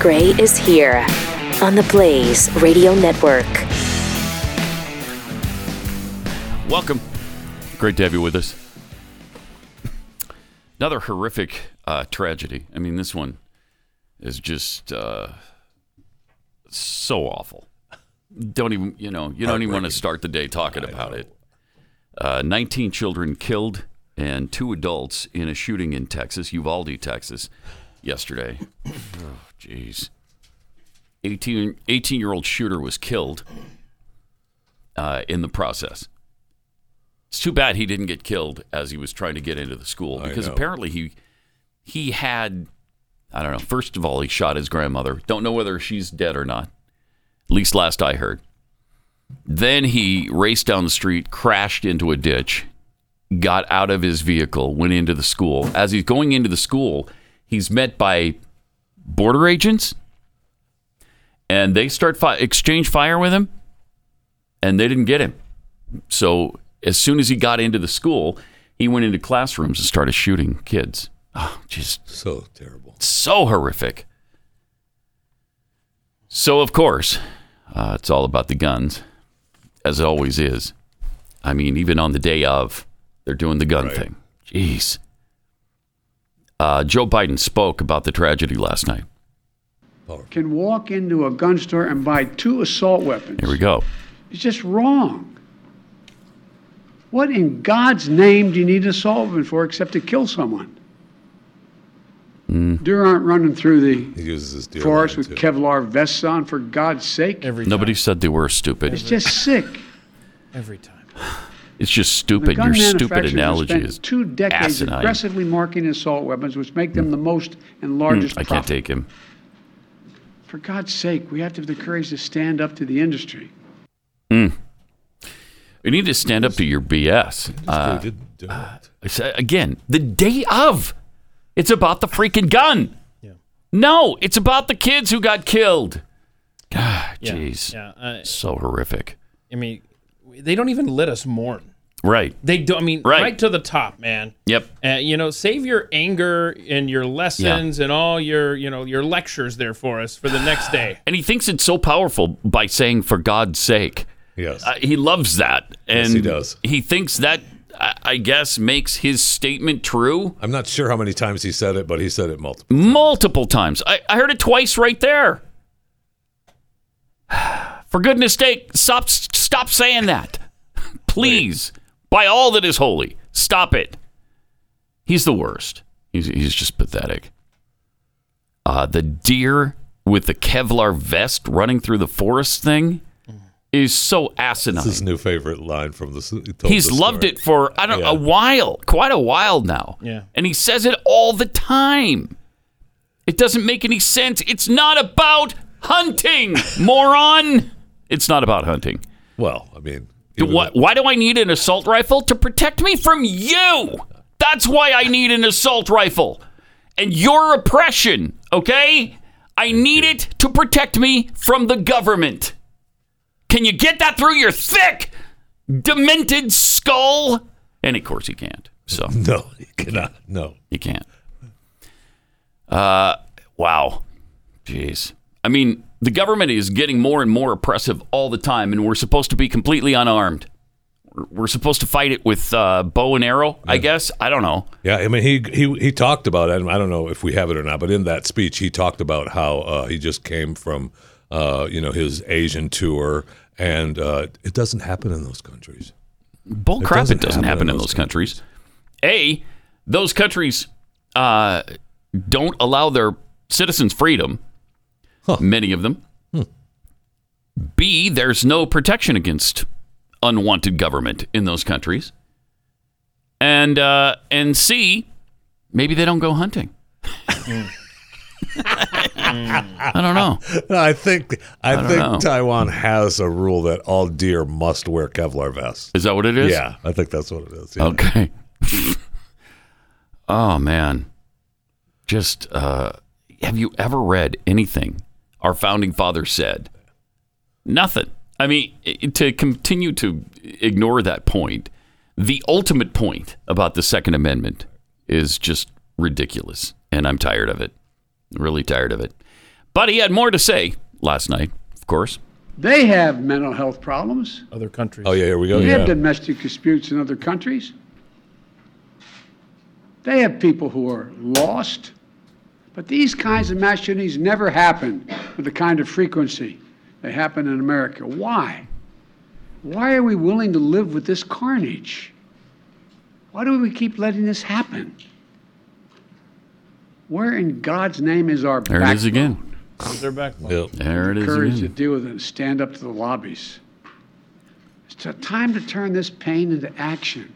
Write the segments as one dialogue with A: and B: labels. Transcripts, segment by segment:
A: Gray is here on the Blaze Radio Network.
B: Welcome. Great to have you with us. Another horrific uh, tragedy. I mean, this one is just uh, so awful. Don't even, you know, you don't even want to start the day talking about it. Uh, 19 children killed and two adults in a shooting in Texas, Uvalde, Texas, yesterday. Oh, jeez. 18 year old shooter was killed uh, in the process. It's too bad he didn't get killed as he was trying to get into the school
C: I
B: because
C: know.
B: apparently he he had I don't know. First of all, he shot his grandmother. Don't know whether she's dead or not. At least last I heard. Then he raced down the street, crashed into a ditch, got out of his vehicle, went into the school. As he's going into the school, he's met by border agents and they start fi- exchange fire with him and they didn't get him. So as soon as he got into the school, he went into classrooms and started shooting kids. Oh, just
C: So terrible.
B: so horrific. So, of course, uh, it's all about the guns, as it always is. I mean, even on the day of, they're doing the gun
C: Right.
B: thing. Jeez. Uh, Joe Biden spoke about the tragedy last night.
D: can walk into a gun store and buy two assault weapons.
B: Here we go.
D: It's just wrong. What in God's name do you need an assault weapon for except to kill someone?
B: Hmm.
D: Deer aren't running through the
C: He uses his deer.
D: forest
C: line,
D: with
C: too.
D: Kevlar vests on, for God's sake.
B: Nobody said they were stupid.
D: it's just sick.
E: Every time.
B: It's just
D: The
B: stupid.
D: gun
B: Your stupid
D: manufacturers have
B: analogy
D: spent
B: is
D: two decades
B: asinine. Hmm.
D: aggressively marketing assault weapons, which make them the most and largest.
B: I can't
D: profit.
B: take him.
D: For God's sake, we have to have the courage to stand up to the industry.
B: You need to stand up to your BS. Uh,
C: He did do it.
B: It's, uh, again, the day of. It's about the freaking gun.
E: Yeah.
B: No, it's about the kids who got killed. God,
E: Yeah.
B: jeez.
E: Yeah. uh, I,
B: So horrific.
E: I mean, they don't even let us mourn.
B: Right.
E: They do. I mean,
B: Right.
E: right, to the top, man.
B: Yep.
E: Uh, you know, save your anger and your lessons and all your, you know, your lectures there for us for the next day.
B: And he thinks it's so powerful by saying, for God's sake.
C: Yes.
B: Uh, he loves that. And
C: Yes, he does.
B: He thinks that, I I guess, makes his statement true
C: I'm not sure how many times he said it, but he said it multiple.
B: multiple times. I, I heard it twice right there. For goodness sake, stop, stop saying that. Please, by all that is holy, stop it. He's the worst. He's, he's just pathetic. Uh, the deer with the Kevlar vest running through the forest thing is so asinine.
C: This is his new favorite line from this. he told
B: He's
C: this
B: loved
C: story.
B: it for I don't
C: Yeah.
B: a while, quite a while now.
E: Yeah.
B: And he says it all the time. It doesn't make any sense. It's not about hunting, moron. It's not about hunting.
C: Well, I mean, even
B: Why, why do I need an assault rifle to protect me from you? That's why I need an assault rifle and your oppression, okay? I need it to protect me from the government. Can you get that through your thick, demented skull? And of course, he can't. So
C: though- No, he cannot. No.
B: he can't. Uh, wow. Jeez. I mean, the government is getting more and more oppressive all the time, and we're supposed to be completely unarmed. We're- We're supposed to fight it with uh, bow and arrow, I guess. I don't know.
C: Yeah, I mean, he he he talked about it. and I don't know if we have it or not, but in that speech, he talked about how uh, he just came from, uh, you know, his Asian tour, and uh, it doesn't happen in those countries.
B: Bull crap,
C: doesn't
B: it doesn't happen, in those countries. A, those countries uh, don't allow their citizens freedom, many of them. B, there's no protection against unwanted government in those countries. And, uh, and C, maybe they don't go hunting. I don't know.
C: I think I,
B: don't
C: think
B: know.
C: Taiwan has a rule that all deer must wear Kevlar vests.
B: Is that what it is?
C: Yeah, I think that's what it is. yeah.
B: Okay. oh man. Just uh have you ever read anything our founding father said? Nothing. I mean, i- to continue to ignore that point, the ultimate point about the second amendment is just ridiculous and I'm tired of it. Really tired of it. But he had more to say last night, of course.
D: They have mental health problems.
E: Other countries.
C: Oh yeah, here we go.
D: They have
C: Yeah.
D: domestic disputes in other countries. They have people who are lost. But these kinds of mass shootings never happen with the kind of frequency they happen in America. Why? Why are we willing to live with this carnage? Why do we keep letting this happen? Where in God's name is our
B: There it is again.
E: They're back.
C: Yep.
B: There it is
D: courage to
B: again.
D: deal with it and stand up to the lobbies. It's t- time to turn this pain into action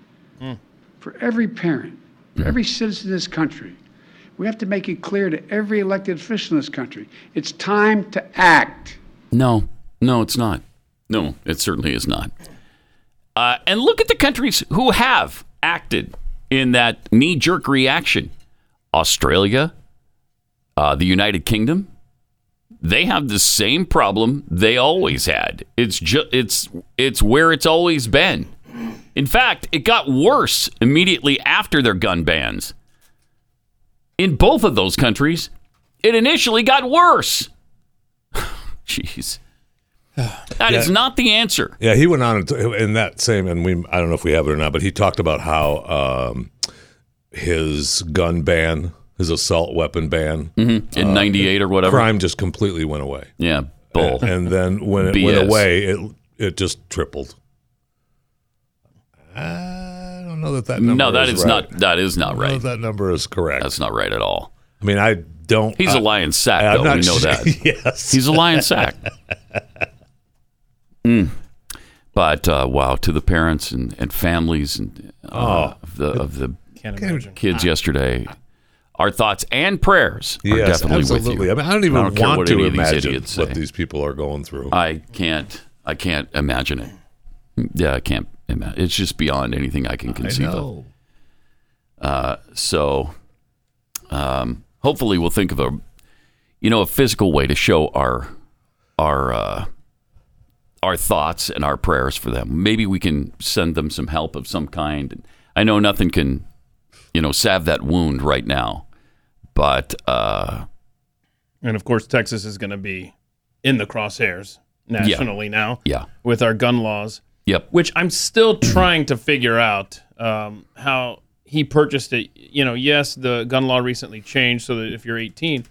D: for every parent, for every citizen in this country. We have to make it clear to every elected official in this country it's time to act.
B: No, no, it's not. No, it certainly is not. Uh, and look at the countries who have acted in that knee jerk reaction Australia, uh, the United Kingdom. They have the same problem they always had. It's just it's it's where it's always been. In fact, it got worse immediately after their gun bans. In both of those countries, it initially got worse. Jeez. that is not the answer.
C: Yeah, he went on and t- in that same, and we I don't know if we have it or not, but he talked about how um, his gun ban, his assault weapon ban,
B: In 98 or whatever.
C: Uh, crime just completely went away.
B: Yeah, bull.
C: And then when it went
B: BS.
C: away, it it just tripled. I don't know that that number
B: no, that is
C: is right.
B: not that is not
C: I don't know
B: right.
C: if that number is correct.
B: That's not right at all.
C: I mean, I don't.
B: He's
C: I,
B: a lion sack,
C: Uh, I'm
B: though.
C: not
B: we know
C: sure-
B: that.
C: yes.
B: He's a lion sack. Mm. But uh, wow, to the parents and, and families and
C: Oh.
B: uh, of the of the
E: Can't imagine.
B: kids yesterday, our thoughts and prayers are
C: Yes,
B: definitely
C: absolutely.
B: with you.
C: I, mean, I don't even
B: I don't care
C: want
B: what
C: to
B: any of these
C: imagine
B: idiots
C: what
B: say.
C: these people are going through.
B: I can't. I can't imagine it. Yeah, I can't imagine. It's just beyond anything I can conceive of. So, um, hopefully, we'll think of a, you know, a physical way to show our, our, uh, our thoughts and our prayers for them. Maybe we can send them some help of some kind. I know nothing can, you know, salve that wound right now, but uh,
E: And of course, Texas is going to be in the crosshairs nationally now
B: yeah,
E: with our gun laws,
B: yep,
E: which I'm still trying to figure out um, how he purchased it. You know, yes, the gun law recently changed so that if you're 18,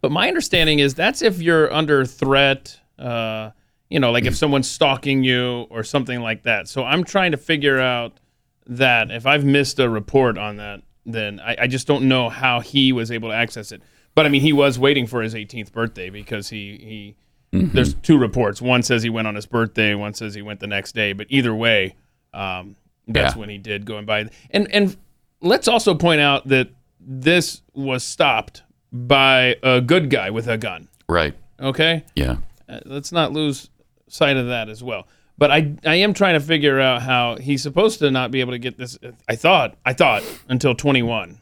E: but my understanding is that's if you're under threat. Uh, you know, like if someone's stalking you or something like that. So I'm trying to figure out that if I've missed a report on that, then I, I just don't know how he was able to access it. But I mean, he was waiting for his 18th birthday because he he. There's two reports. One says he went on his birthday. One says he went the next day. But either way, um, that's
B: Yeah.
E: when he did go and buy. it. And and let's also point out that this was stopped by a good guy with a gun.
B: right,
E: Okay,
B: yeah,
E: Uh, let's not lose sight of that as well. But I I am trying to figure out how he's supposed to not be able to get this. I thought I thought until 21,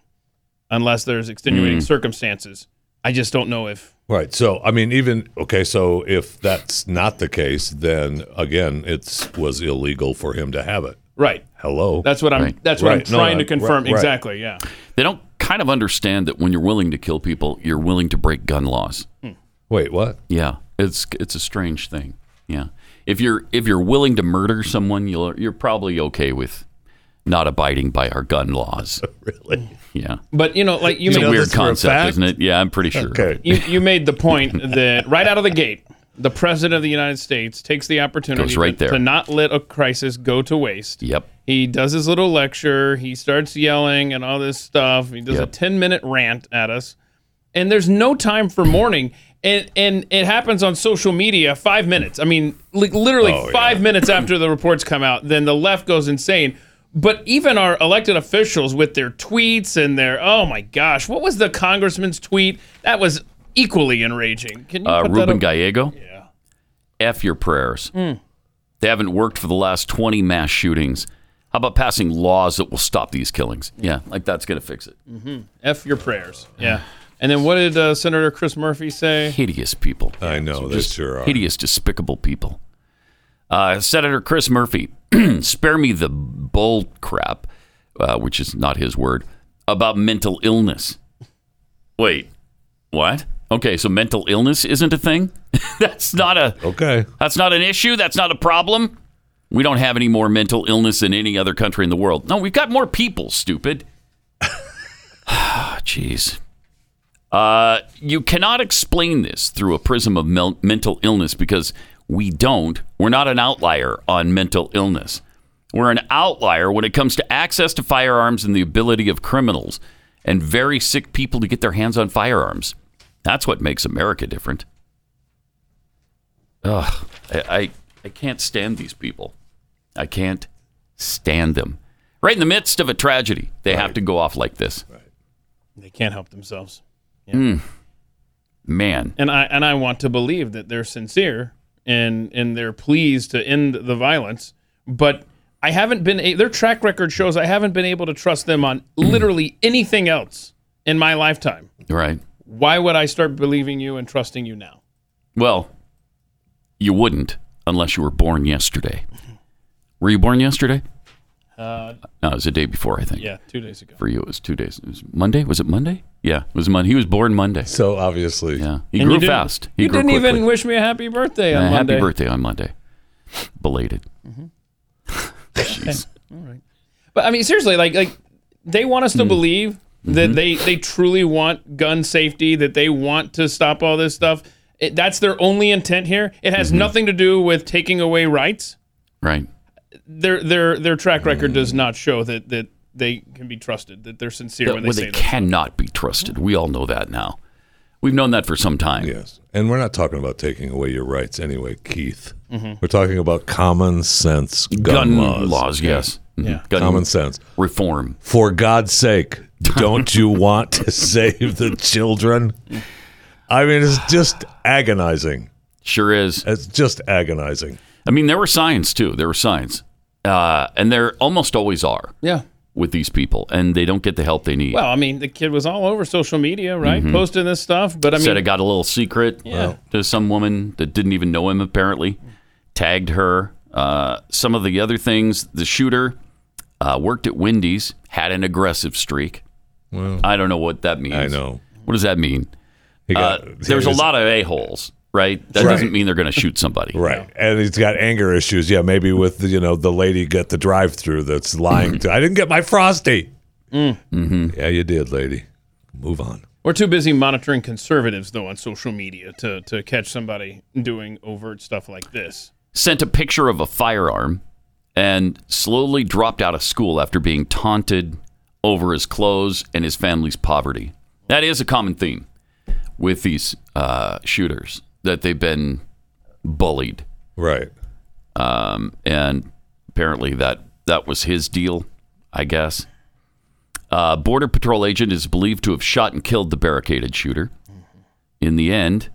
E: unless there's extenuating
B: Hmm.
E: circumstances. I just don't know if
C: Right. So, I mean, even okay. So, if that's not the case, then again, it was illegal for him to have it.
E: right.
C: Hello.
E: That's what I'm.
B: Right.
E: That's what I'm
C: Right. No,
E: trying
C: I-
E: to confirm.
C: right, right.
E: Exactly. Yeah.
B: they don't kind of understand that when you're willing to kill people, you're willing to break gun laws.
C: Wait, what?
B: Yeah, it's it's a strange thing. Yeah, if you're if you're willing to murder someone, you'll you're probably okay with not abiding by our gun laws.
C: Really?
B: Yeah,
E: But you know, like you
B: it's
E: made
B: a weird
C: this for a
B: concept,
C: fact?
B: isn't it? Yeah, I'm pretty sure.
C: Okay.
E: you, you made the point that right out of the gate, the president of the United States takes the opportunity
B: Goes right
E: to,
B: there.
E: to not let a crisis go to waste.
B: Yep.
E: He does his little lecture. He starts yelling and all this stuff. He does a
B: Yep.
E: 10 minute rant at us. And there's no time for mourning. And, and it happens on social media five minutes. I mean, li- literally
C: Oh,
E: five minutes after the reports come out. Then the left goes insane. But even our elected officials with their tweets and their, oh my gosh, what was the congressman's tweet? That was equally enraging. Can you
B: Uh,
E: put that
B: Ruben
E: up?
B: Gallego. Yeah. F your prayers. They haven't worked for the last 20 mass shootings. How about passing laws that will stop these killings? Yeah, like that's going to fix it.
C: Mm.
E: F your prayers. Yeah. And then what did uh, Senator Chris Murphy say?
B: Hideous people.
C: I know. they sure are.
B: hideous, despicable people. Uh, Senator Chris Murphy, spare me the bull crap, uh, which is not his word, about mental illness. Wait, what? Okay, so mental illness isn't a thing. that's not a
C: Okay.
B: that's not an issue. That's not a problem. We don't have any more mental illness than any other country in the world. No, we've got more people. Stupid. Ah, Jeez. Uh, you cannot explain this through a prism of mel- mental illness because we don't. We're not an outlier on mental illness. We're an outlier when it comes to access to firearms and the ability of criminals and very sick people to get their hands on firearms. That's what makes America different. Ugh, I, I, I can't stand these people. I can't stand them. Right in the midst of a tragedy, they have to go off like this.
E: They can't help themselves.
B: Man,
E: and I and I want to believe that they're sincere and and they're pleased to end the violence, but I haven't been a- their track record shows I haven't been able to trust them on literally anything else in my lifetime.
B: right?
E: Why would I start believing you and trusting you now?
B: Well, you wouldn't unless you were born yesterday. Were you born yesterday?
E: Uh,
B: No, it was the day before, I think.
E: yeah, two days ago.
B: For you, it was two days. It was Monday. Was it Monday? Yeah, it was Monday. He was born Monday.
C: So obviously,
B: Yeah, he
E: And
B: grew
E: you didn't-
B: fast. He
E: you
B: grew
E: didn't
B: quickly.
E: even wish me a happy birthday on
B: Uh,
E: Monday.
B: Happy birthday on Monday. Belated. Jeez.
E: But I mean, seriously, like like they want us to believe that they they truly want gun safety, that they want to stop all this stuff. It, that's their only intent here. It has nothing to do with taking away rights.
B: Right.
E: Their their their track record does not show that that they can be trusted, that they're sincere
B: That-
E: when they
B: well,
E: say
B: they
E: that.
B: cannot be trusted. We all know that now. We've known that for some time.
C: Yes. And we're not talking about taking away your rights anyway, Keith. We're talking about common sense gun,
B: Mm-hmm. Gun
C: laws.
B: laws, yes. Mhm.
E: Yeah.
B: Gun
C: Common sense.
B: reform.
C: For God's sake, don't you want to save the children? I mean, it's just agonizing.
B: Sure is.
C: It's just agonizing.
B: I mean, there were signs, too. There were signs. Uh, and there almost always are
E: Yeah.
B: with these people, and they don't get the help they need.
E: Well, I mean, the kid was all over social media, right? Posting this stuff, but I mean,
B: Said it got a little secret uh,
E: Yeah.
B: to some woman that didn't even know him, apparently. Tagged her. Uh, some of the other things, the shooter uh, worked at Wendy's, had an aggressive streak. I don't know what that means.
C: I know.
B: What does that mean?
C: He
B: Uh,
C: got-
B: there's a lot of a-holes, right? That
C: Right.
B: doesn't mean they're going to shoot somebody.
C: Right. And he's got anger issues. Yeah, maybe with the, you know, the lady at the drive through that's lying to I didn't get my frosty. Mm. Yeah, you did, lady. Move on.
E: We're too busy monitoring conservatives, though, on social media to, to catch somebody doing overt stuff like this.
B: Sent a picture of a firearm and slowly dropped out of school after being taunted over his clothes and his family's poverty. That is a common theme with these uh, shooters that they've been bullied,
C: Right.
B: um, and apparently that that was his deal, I guess. Uh, Border Patrol agent is believed to have shot and killed the barricaded shooter. in the end.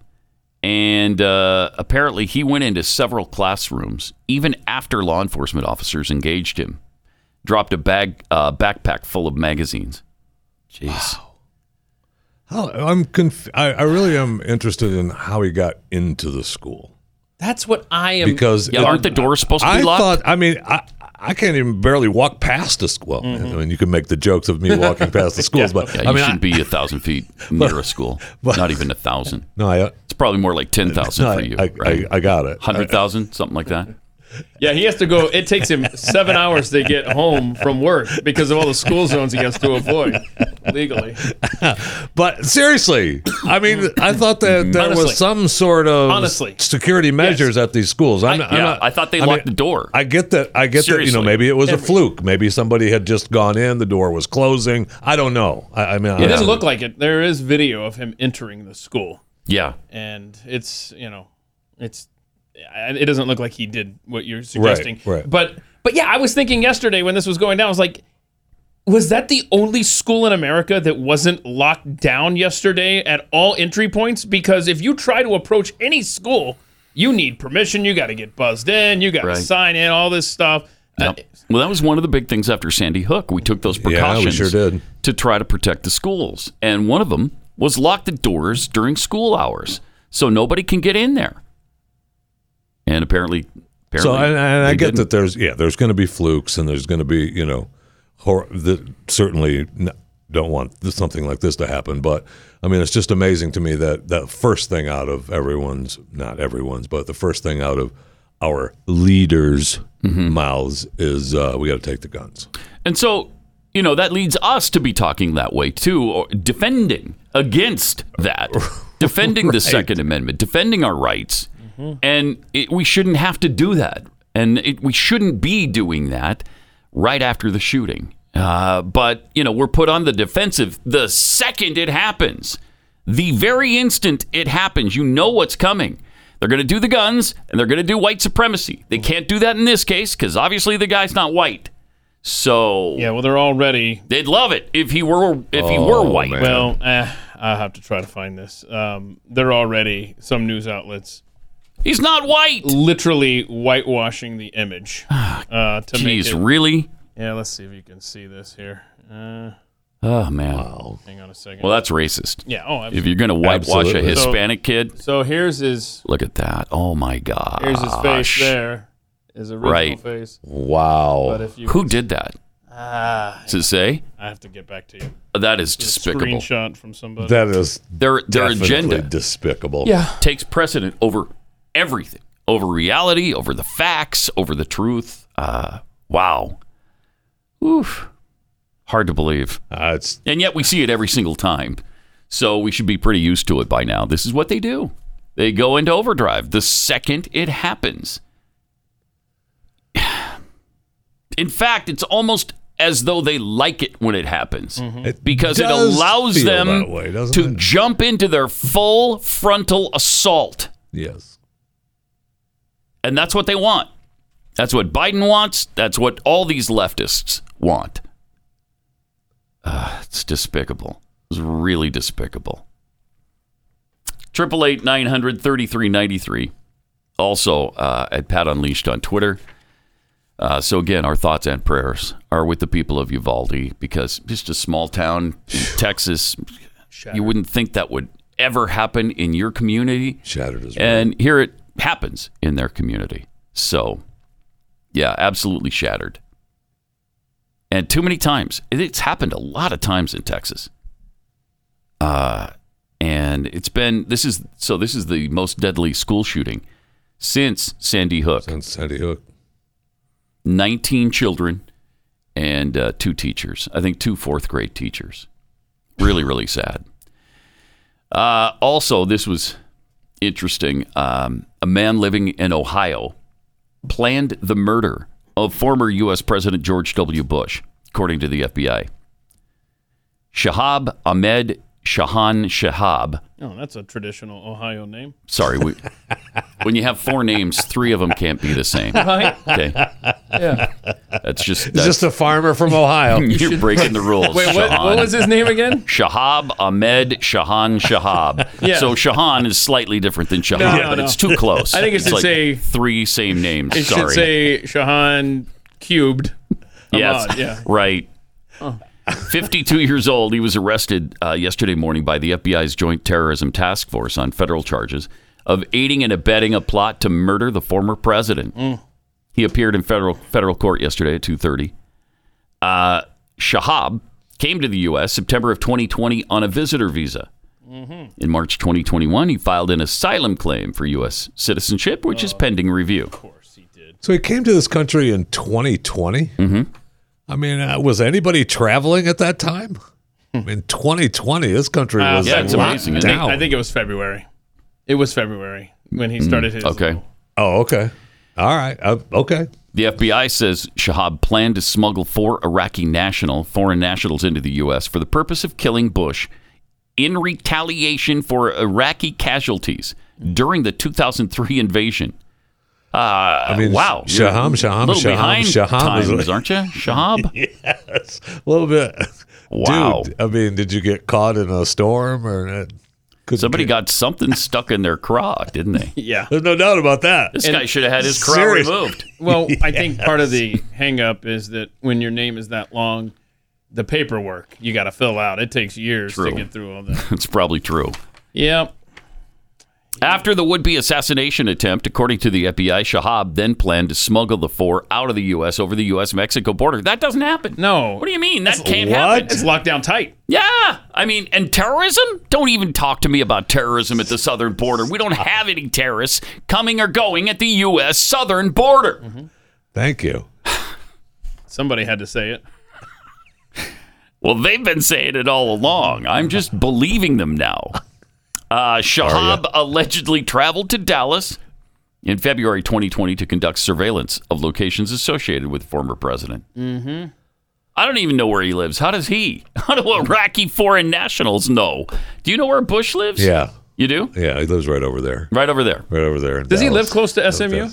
B: And uh, apparently, he went into several classrooms, even after law enforcement officers engaged him. Dropped a bag, uh, backpack full of magazines. Jeez.
C: How, I'm conf- I, I really am interested in how he got into the school
E: That's what I am.
C: because
B: Yeah,
C: it-
B: aren't the doors supposed to be
C: I
B: locked?
C: thought. I mean, I I can't even barely walk past the school. I mean, you can make the jokes of me walking past the schools, but
B: Mm-hmm. yeah,
C: I
B: you
C: mean,
B: shouldn't
C: I,
B: be a thousand feet near a school. Not even a thousand.
C: no, I,
B: It's probably more like ten thousand
C: no,
B: for you,
C: I,
B: right?
C: I, I got it.
B: Hundred thousand, something like that.
E: yeah, he has to go. It takes him seven hours to get home from work because of all the school zones he has to avoid legally.
C: But seriously, I mean,
B: Mm-hmm.
C: I thought that there
E: Honestly.
C: was some sort of
E: Honestly.
C: security measures at these schools. I'm, not- I'm
B: yeah,
C: not-
B: I thought they
C: mean,
B: locked the door.
C: I get that. I get that. You know,
B: Seriously.
C: maybe it was a fluke. Maybe somebody had just gone in. The door was closing. I don't know. I, I mean,
E: It
C: I,
E: doesn't look like it. There is video of him entering the school,
B: Yeah,
E: and it's you know, it's and it doesn't look like he did what you're suggesting.
C: right.
E: But but yeah, I was thinking yesterday when this was going down, I was like, was that the only school in America that wasn't locked down yesterday at all entry points? Because if you try to approach any school, you need permission. You got to get buzzed in. You got to
B: Right.
E: sign in. All this stuff. Uh,
B: Yep. Well, that was one of the big things after Sandy Hook. We took those
C: we
B: precautions
C: sure did.
B: to try to protect the schools. And one of them was lock the doors during school hours so nobody can get in there. And apparently, apparently
C: So and, and I
B: they
C: get
B: didn't.
C: that there's yeah there's going to be flukes and there's going to be you know hor- the, certainly n- don't want this, something like this to happen. But I mean, it's just amazing to me that that first thing out of everyone's, not everyone's, but the first thing out of our leaders'
B: Mm-hmm.
C: mouths is uh, we got to take the guns.
B: And so, you know, that leads us to be talking that way too, or defending against that, defending the Second Amendment, defending our rights. And it, we shouldn't have to do that. And it, we shouldn't be doing that right after the shooting. Uh, but, you know, we're put on the defensive the second it happens. The very instant it happens, you know what's coming. They're going to do the guns and they're going to do white supremacy. They can't do that in this case because obviously the guy's not white. So
E: Yeah, well, they're already.
B: They'd love it if he were if he were white.
C: Oh, man.
E: Well, eh, I have to try to find this. Um, they're already some news outlets
B: He's not white.
E: literally whitewashing the image.
B: Ah,
E: Uh, to make
B: Jeez,
E: it,
B: really?
E: yeah, let's see if you can see this here. Uh,
B: Oh man.
E: hang on a second.
B: Well, that's racist.
E: yeah. Oh,
B: If
E: absolutely.
B: you're gonna whitewash a
C: Absolutely.
B: Hispanic kid,
E: so here's his
B: look at that. Oh my god.
E: here's his face there. His original
B: Right.
E: face. But
C: Wow.
E: if you
B: Who did that?
E: ah,
B: To say
E: I have to get back to you.
B: that is
E: There's a
B: despicable.
E: Screenshot from somebody.
C: That is
B: Their their
C: definitely
B: agenda
C: despicable.
B: takes precedent over everything, over reality, over the facts, over the truth. Uh, wow. Oof. Hard to believe.
C: Uh, it's
B: And yet we see it every single time. So we should be pretty used to it by now. This is what they do. They go into overdrive the second it happens. In fact, it's almost as though they like it when it happens
C: It
B: Mm-hmm. because it
C: does
B: allows
C: feel
B: them
C: that way, doesn't
B: to
C: it?
B: jump into their full frontal assault.
C: yes.
B: And that's what they want. That's what Biden wants. That's what all these leftists want. Uh, it's despicable. It's really despicable. Triple eight nine hundred thirty three ninety three. Also uh, at Pat Unleashed on Twitter. Uh, so again, our thoughts and prayers are with the people of Uvalde because just a small town in Texas. You wouldn't think that would ever happen in your community
C: Shattered his
B: and here it happens in their community. So, yeah, absolutely shattered. And too many times. It- It's happened a lot of times in Texas. Uh, and it's been this is so this is the most deadly school shooting since Sandy Hook.
C: and Sandy Hook.
B: 19 children and uh, two teachers. I think two fourth grade teachers. Really, really sad. Uh, also, this was interesting. Um, a man living in Ohio planned the murder of former U.S. President George W. Bush, according to the FBI. Shahab Ahmed Shahan Shahab.
E: oh, that's a traditional Ohio name.
B: Sorry, we, when you have four names, three of them can't be the same.
E: Right?
B: Okay. Yeah. That's just
C: It's
B: that's
C: just a farmer from Ohio.
B: You're breaking the rules.
E: Wait, what,
B: Shahan.
E: what was his name again?
B: Shahab Ahmed Shahan Shahab.
E: Yeah.
B: So Shahan is slightly different than Shahab,
E: No, no,
B: but
E: no.
B: it's too close.
E: I think it
B: it's
E: should
B: like
E: say-
B: three same names.
E: It should
B: Sorry.
E: say Shahan cubed.
B: yes.
E: Ahmad, yeah.
B: Right. 52 years old, he was arrested uh, yesterday morning by the FBI's Joint Terrorism Task Force on federal charges of aiding and abetting a plot to murder the former president. He appeared in federal federal court yesterday at 2:30. Uh, Shahab came to the U.S. September of 2020 on a visitor visa. In March 2021, he filed an asylum claim for U.S. citizenship, which is pending review.
C: So he came to this country in 2020. Mm-hmm. I mean, uh, was anybody traveling at that time? In 2020, this country was
B: Uh, yeah, it's
C: locked
B: amazing, isn't
E: Uh, I
B: it?
E: think,
C: down.
E: I think it was February. It was February when he started his.
B: Mm, Okay.
C: oh, okay. All right. Uh, okay.
B: The FBI says Shahab planned to smuggle four Iraqi national foreign nationals into the U.S. for the purpose of killing Bush in retaliation for Iraqi casualties during the 2003 invasion. Uh,
C: I mean,
B: wow,
C: Shaham,
B: You're
C: Shaham,
B: a little
C: Shaham,
B: behind
C: Shaham is
B: times,
C: like-
B: aren't you, Shahab?
C: Yes, a little bit.
B: Wow.
C: Dude, I mean, did you get caught in a storm or uh, couldn't
B: Somebody
C: get-
B: got something stuck in their craw, didn't they?
E: Yeah.
C: There's no doubt about that.
B: This guy should have had his craw
C: Serious-
B: removed.
E: Well, I think part of the hangup is that when your name is that long, the paperwork you got to fill out. It takes years
B: True.
E: to get through all that.
B: That's probably true.
E: yep.
B: After the would be assassination attempt, according to the FBI, Shahab then planned to smuggle the four out of the U.S. over the U.S. Mexico border. That doesn't happen.
E: No.
B: What do you mean? That can't
C: What?
B: happen.
E: It's locked down tight.
B: Yeah. I mean, and terrorism? Don't even talk to me about terrorism at the southern border. We don't have any terrorists coming or going at the U.S. southern border.
C: Thank you.
E: Somebody had to say it.
B: Well, they've been saying it all along. I'm just believing them now. Uh, Shahab allegedly traveled to Dallas in February 2020 to conduct surveillance of locations associated with the former president. Mm-hmm. I don't even know where he lives. How does he? How do Iraqi foreign nationals know? Do you know where Bush lives?
C: Yeah.
B: You do?
C: Yeah, he lives right over there.
B: Right over there. Uh,
C: Right over there. in
E: Does he
C: Dallas.
E: live close to SMU?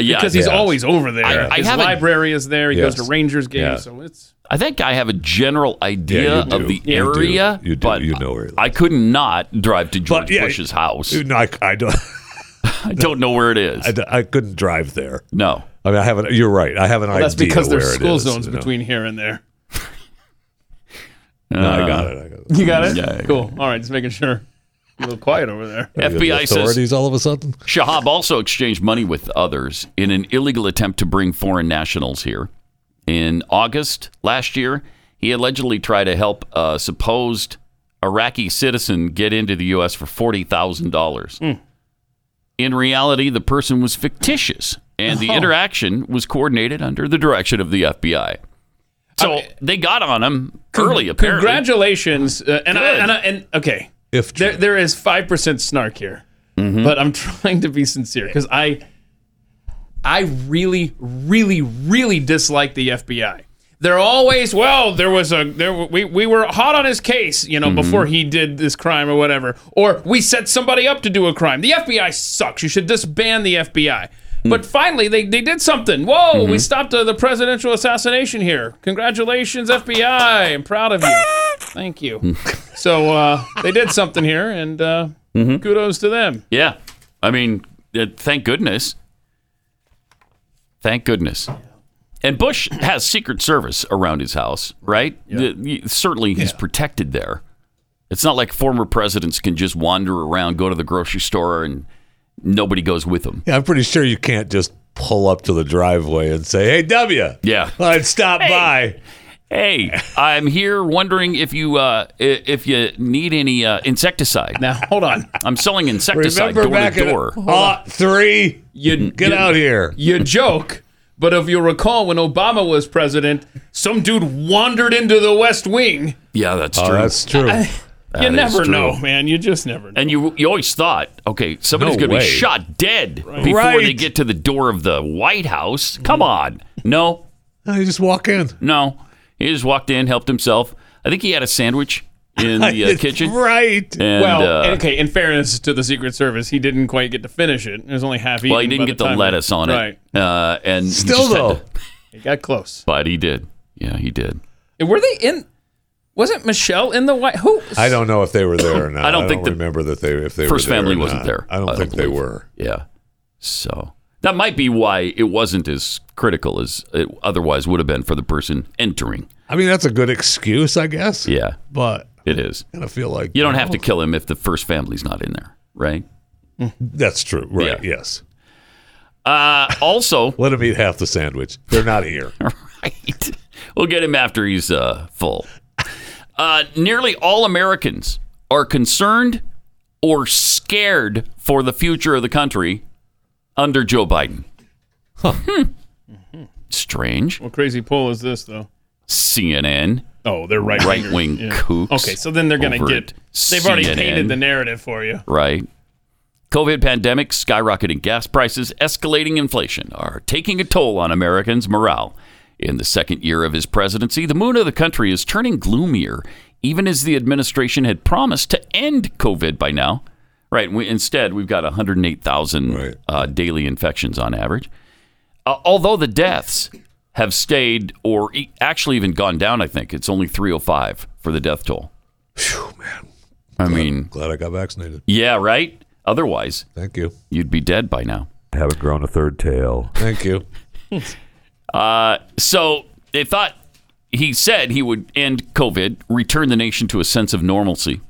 B: Yeah.
E: Because he's
C: Yeah.
E: always over there.
B: I- I
E: His
B: haven't-
E: library is there. He goes
C: Yes.
E: to Rangers games.
C: Yeah.
E: So it's
B: I think I have a general idea
C: you do.
B: of the
C: You do.
B: area,
C: You do.
B: but
C: You know where he lives.
B: I could not drive to George
C: But, yeah,
B: Bush's house.
C: Dude, no, I, I don't.
B: I don't know where it is.
C: I, I couldn't drive there.
B: no.
C: I mean, I have an. You're right. I have an idea.
E: that's because
C: where
E: there's
C: it
E: school
C: is,
E: zones
C: you know.
E: between here and there.
C: No,
B: uh,
C: I got it. I got it.
E: You got it?
B: Yeah.
E: Cool. All right, just making sure. A little quiet over there.
C: Are you the
B: FBI says-
C: authorities all of a sudden.
B: Shahab also exchanged money with others in an illegal attempt to bring foreign nationals here. In August last year, he allegedly tried to help a supposed Iraqi citizen get into the U.S. for $40,000.
C: Hmm.
B: In reality, the person was fictitious, and
C: Oh.
B: the interaction was coordinated under the direction of the FBI. So
C: Oh.
E: Uh,
B: they got on him early, apparently.
E: Congratulations. Uh, and, I,
B: Good.
E: and, I, and okay,
C: If
E: there, there is 5% snark here, but I'm trying to be sincere because I, I really, really, really dislike the FBI. They're always well. There was a there w- we, we were hot on his case, you know, before he did this crime or whatever, or we set somebody up to do a crime. The FBI sucks. You should disband the FBI. But finally, they, they did something. Whoa! We stopped uh, the presidential assassination here. Congratulations, FBI! I'm proud of you. Thank you. so uh, they did something here, and uh,
B: Mm-hmm.
E: kudos to them.
B: Yeah. I mean, uh, thank goodness. Thank goodness. And Bush has Secret Service around his house, right? The- y- certainly he's protected there. It's not like former presidents can just wander around, go to the grocery store, and nobody goes with them.
C: Yeah, I'm pretty sure you can't just pull up to the driveway and say, "Hey, W,
B: Yeah.
C: I'd stop by."
B: Hey, I'm here wondering if you uh, i- if you need any uh, insecticide.
E: Now hold on.
B: I'm selling insecticide
C: Remember
B: door
C: back
B: to
C: in
B: door.
C: Hot three,
E: You
C: get out here.
E: You joke, but if you recall, when Obama was president, some dude wandered into the West Wing.
B: yeah, that's
C: Oh,
B: true.
C: that's true.
E: you
B: is
E: never
B: true.
E: know, man. You just never know.
B: And you you always thought, okay, somebody's
C: No
B: going to be
C: way.
B: shot dead before
C: Right.
B: they get to the door of the White House. Come on. No,
C: No, Oh, you just walk in.
B: no. He just walked in, helped himself. I think he had a sandwich in the uh,
C: It's
B: kitchen.
C: right?
B: And,
E: well,
B: uh,
E: okay. In fairness to the Secret Service, he didn't quite get to finish it. It was only half eaten.
B: well, he
E: by
B: didn't get the
E: time-
B: lettuce on it.
E: Right.
B: Uh, and he
C: Still
B: just had
C: though,
B: to-
E: It got close.
B: but he did. Yeah, he did.
E: And Were they in? Wasn't Michelle in the White? Who?
C: I don't know if they were there or not.
B: I don't think the
C: remember that they if they
B: First
C: were there or
B: family wasn't
C: not.
B: there.
C: I don't think they
B: believe.
C: were.
B: Yeah. So that might be why it wasn't as critical as it otherwise would have been for the person entering.
C: I mean, that's a good excuse, I guess.
B: Yeah,
C: but
B: it is.
C: kind of feel like
B: You don't have to kill him if the first family's not in there, right?
C: That's true, right?
B: Yeah.
C: Yes.
B: Uh, also,
C: Let them eat half the sandwich. They're not here.
B: right. We'll get him after he's uh, full. Uh, nearly all Americans are concerned or scared for the future of the country under Joe Biden. Hmm. Strange.
E: What crazy poll is this though?
B: CNN.
E: Oh, they're right
B: Right wing kooks.
E: Okay, so then they're gonna
B: over
E: get.
B: at
E: They've already
B: CNN.
E: painted the narrative for you.
B: Right. COVID pandemic, skyrocketing gas prices, escalating inflation are taking a toll on Americans' morale. In the second year of his presidency, the mood of the country is turning gloomier, even as the administration had promised to end COVID by now. Right. We, instead, we've got 108,000
C: Right.
B: uh, daily infections on average. Uh, although the deaths have stayed or e- actually even gone down, I think it's only 305 for the death toll. Whew, man. I mean,
C: Glad I got vaccinated.
B: yeah, right? Otherwise,
C: Thank you.
B: you'd be dead by now.
F: Haven't grown a third tail.
C: Thank you.
B: So they thought he said he would end COVID, return the nation to a sense of normalcy,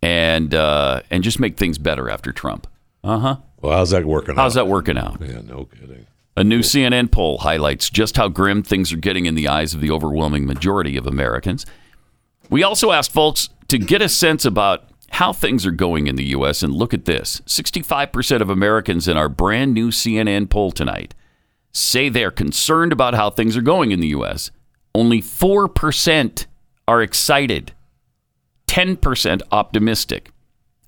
B: and uh, and just make things better after Trump. Uh huh.
C: Well, how's that working
B: How's
C: out?
B: that working out?
C: Yeah, no kidding.
B: A new CNN poll highlights just how grim things are getting in the eyes of the overwhelming majority of Americans. We also asked folks to get a sense about how things are going in the U.S. And look at this 65% of Americans in our brand new CNN poll tonight say they're concerned about how things are going in the U.S. Only 4% are excited, 10% optimistic.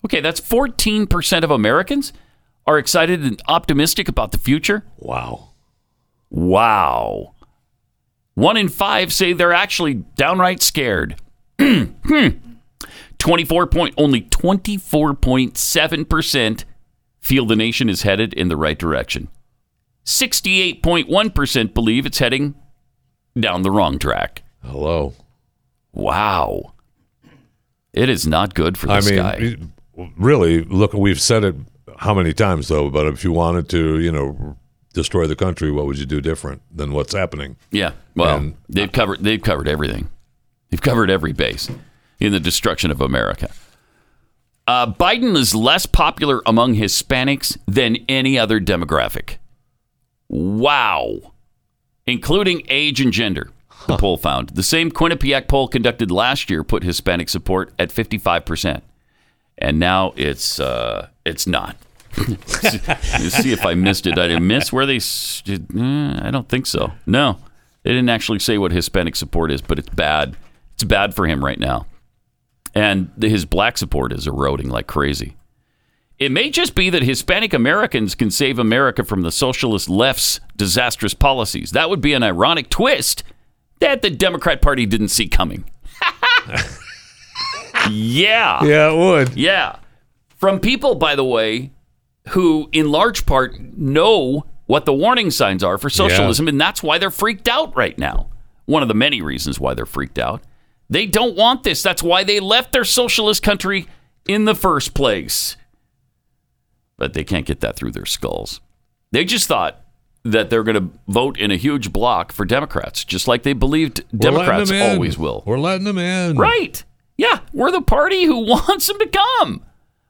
B: Okay, that's 14% of Americans are excited and optimistic about the future.
C: Wow.
B: Wow. One in five say they're actually downright scared. Hmm. Twenty-four point only twenty-four point seven percent feel the nation is headed in the right direction. Sixty-eight point one percent believe it's heading down the wrong track.
C: Hello.
B: Wow. It is not good for
C: I
B: this
C: mean,
B: guy.
C: it- really, look, we've said it how many times, though, but if you wanted to, you know, destroy the country, what would you do different than what's happening?
B: Yeah. Well,
C: And-
B: they've covered they've covered everything. They've covered every base in the destruction of America. Uh, Biden is less popular among Hispanics than any other demographic. Wow. Including age and gender, the poll found. The same Quinnipiac poll conducted last year put Hispanic support at 55%. And now it's uh, it's not. You see if I missed it. I didn't miss where they. s- did- mm, I don't think so. No, they didn't actually say what Hispanic support is, but it's bad. It's bad for him right now, and the, his black support is eroding like crazy. It may just be that Hispanic Americans can save America from the socialist left's disastrous policies. That would be an ironic twist that the Democrat Party didn't see coming. yeah.
C: Yeah, it would.
B: Yeah. From people, by the way, who in large part know what the warning signs are for socialism, and that's why they're freaked out right now. One of the many reasons why they're freaked out. They don't want this. That's why they left their socialist country in the first place. But they can't get that through their skulls. They just thought that they're going to vote in a huge block for Democrats, just like they believed
C: We're letting
B: Democrats
C: them in.
B: always will.
C: We're letting them in.
B: Right. Yeah, we're the party who wants them to come.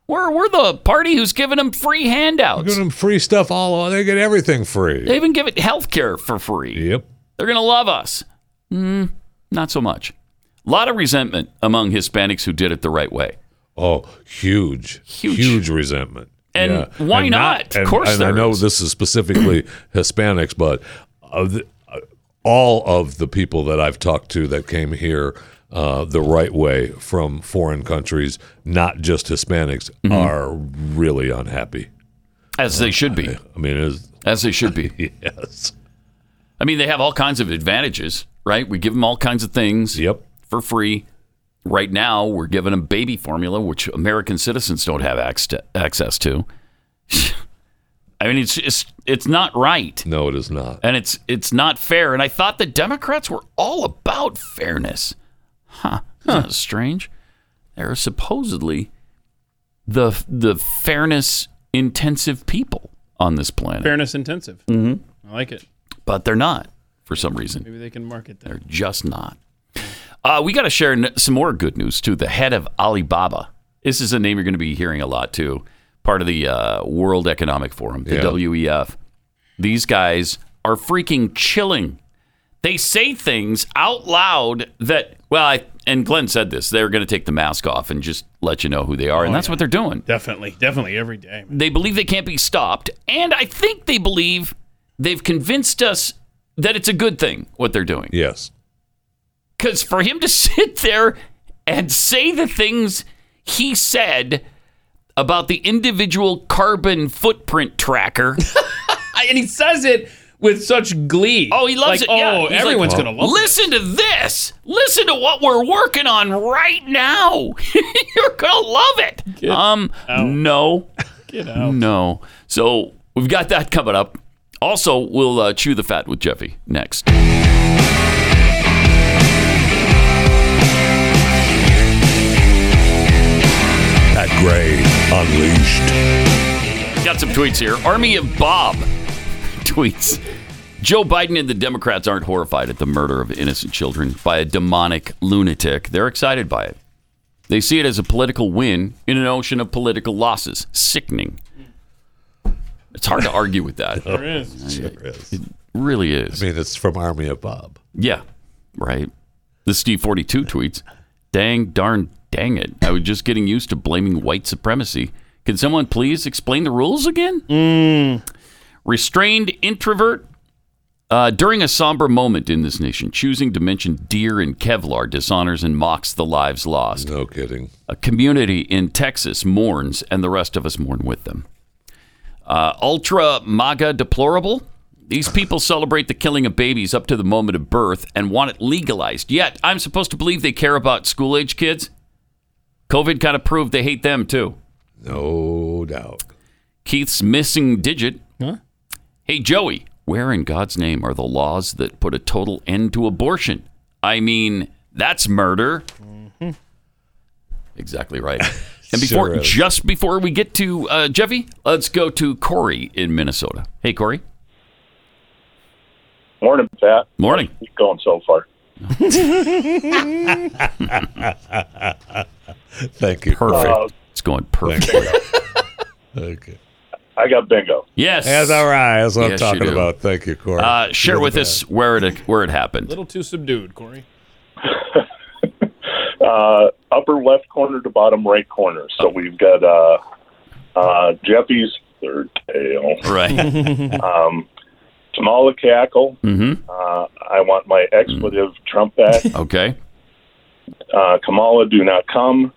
B: We're, we're the party who's giving them free
C: We're
B: handouts.
C: giving them free stuff all They get everything free.
B: They even give it health care for free.
C: Yep.
B: They're going to love us. Mm, not so much. A lot of resentment among Hispanics who did it the right way.
C: Oh, huge,
B: Huge.
C: huge, resentment.
B: And why not? Of
C: and-
B: course
C: and I
B: there
C: know
B: is.
C: this is specifically Hispanics, but of the, uh, all of the people that I've talked to that came here uh, the right way from foreign countries, not just Hispanics,
B: Mm-hmm.
C: are really unhappy.
B: As they should be.
C: I mean, it is,
B: As they should be.
C: yes,
B: I mean, they have all kinds of advantages, right? We give them all kinds of things
C: yep,
B: for free. Right now, we're giving them baby formula, which American citizens don't have acc- access to. I mean, it's, it's, it's not right.
C: no, it is not.
B: and it's it's not fair. And I thought the Democrats were all about fairness. Huh? Isn't that strange? They're supposedly the the fairness intensive people on this planet,
E: Fairness intensive. Mm-hmm. I like it.
B: but they're not for some reason.
E: Maybe they can market that.
B: They're just not. Uh, we got to share n- some more good news too. The head of Alibaba. This is a name you're going to be hearing a lot too. Part of the uh, World Economic Forum, the
C: Yeah.
B: WEF. These guys are freaking chilling. They say things out loud that well, I, and Glenn said this. They're going to take the mask off and just let you know who they are, and that's what they're doing.
E: Definitely, definitely every day. man.
B: They believe they can't be stopped, and I think they believe they've convinced us that it's a good thing what they're doing.
C: Yes,
B: Because for him to sit there and say the things he said about the individual carbon footprint tracker,
E: I- and he says it with such glee.
B: oh, he loves
E: Like,
B: it. Yeah.
E: Oh,
B: He's
E: everyone's
B: like,
E: gonna love
B: Listen to this. Listen to what we're working on right now. You're gonna love it. um, no,
E: it. Listen,
B: no. So we've got that coming up. Also, we'll uh, chew the fat with Jeffy next.
C: Pat Gray unleashed.
B: Got some tweets here. Army of Bob tweets. Joe Biden and the Democrats aren't horrified at the murder of innocent children by a demonic lunatic. They're excited by it. They see it as a political win in an ocean of political losses. Sickening. It's hard to argue with that.
E: There is.
B: It really
C: I
B: is.
C: mean, it's from Army of Bob.
B: Yeah, right. The Steve forty two tweets. Dang, darn, dang it! I was just getting used to blaming white supremacy. Can someone please explain the rules again? Restrained introvert. Uh, during a somber moment in this nation, choosing to mention deer and Kevlar dishonors and mocks the lives lost.
C: No kidding.
B: A community in Texas mourns, and the rest of us mourn with them. Uh, ultra MAGA deplorable. These people celebrate the killing of babies up to the moment of birth and want it legalized. Yet, I'm supposed to believe they care about school age kids? COVID kind of proved they hate them too.
C: No doubt.
B: Keith's missing digit. Hey, Joey, where in God's name are the laws that put a total end to abortion? I mean, that's murder. Exactly right. And before,
C: Mm-hmm. Sure is.
B: just before we get to uh, Jeffy, let's go to Corey in Minnesota. Hey, Corey.
G: Morning, Pat.
B: Morning.
G: You're going so far.
C: Thank you.
B: Perfect.
G: Uh,
B: it's going perfect.
C: Okay.
G: I got bingo.
B: Yes.
C: That's all right. That's what
B: Yes, you
C: I'm talking
B: do.
C: about. Thank you, Corey.
B: Uh, share
C: You're the
B: with us where it where it
E: A
B: happened.
E: little too subdued, Corey.
G: Uh, upper left corner to bottom right corner. So we've got uh, uh, Jeffy's third tail,
B: Right.
G: um, Tamala Cackle.
B: hmm
G: Uh, I want my expletive
B: Mm.
G: Trump back.
B: Okay.
G: Uh, Kamala, do not come.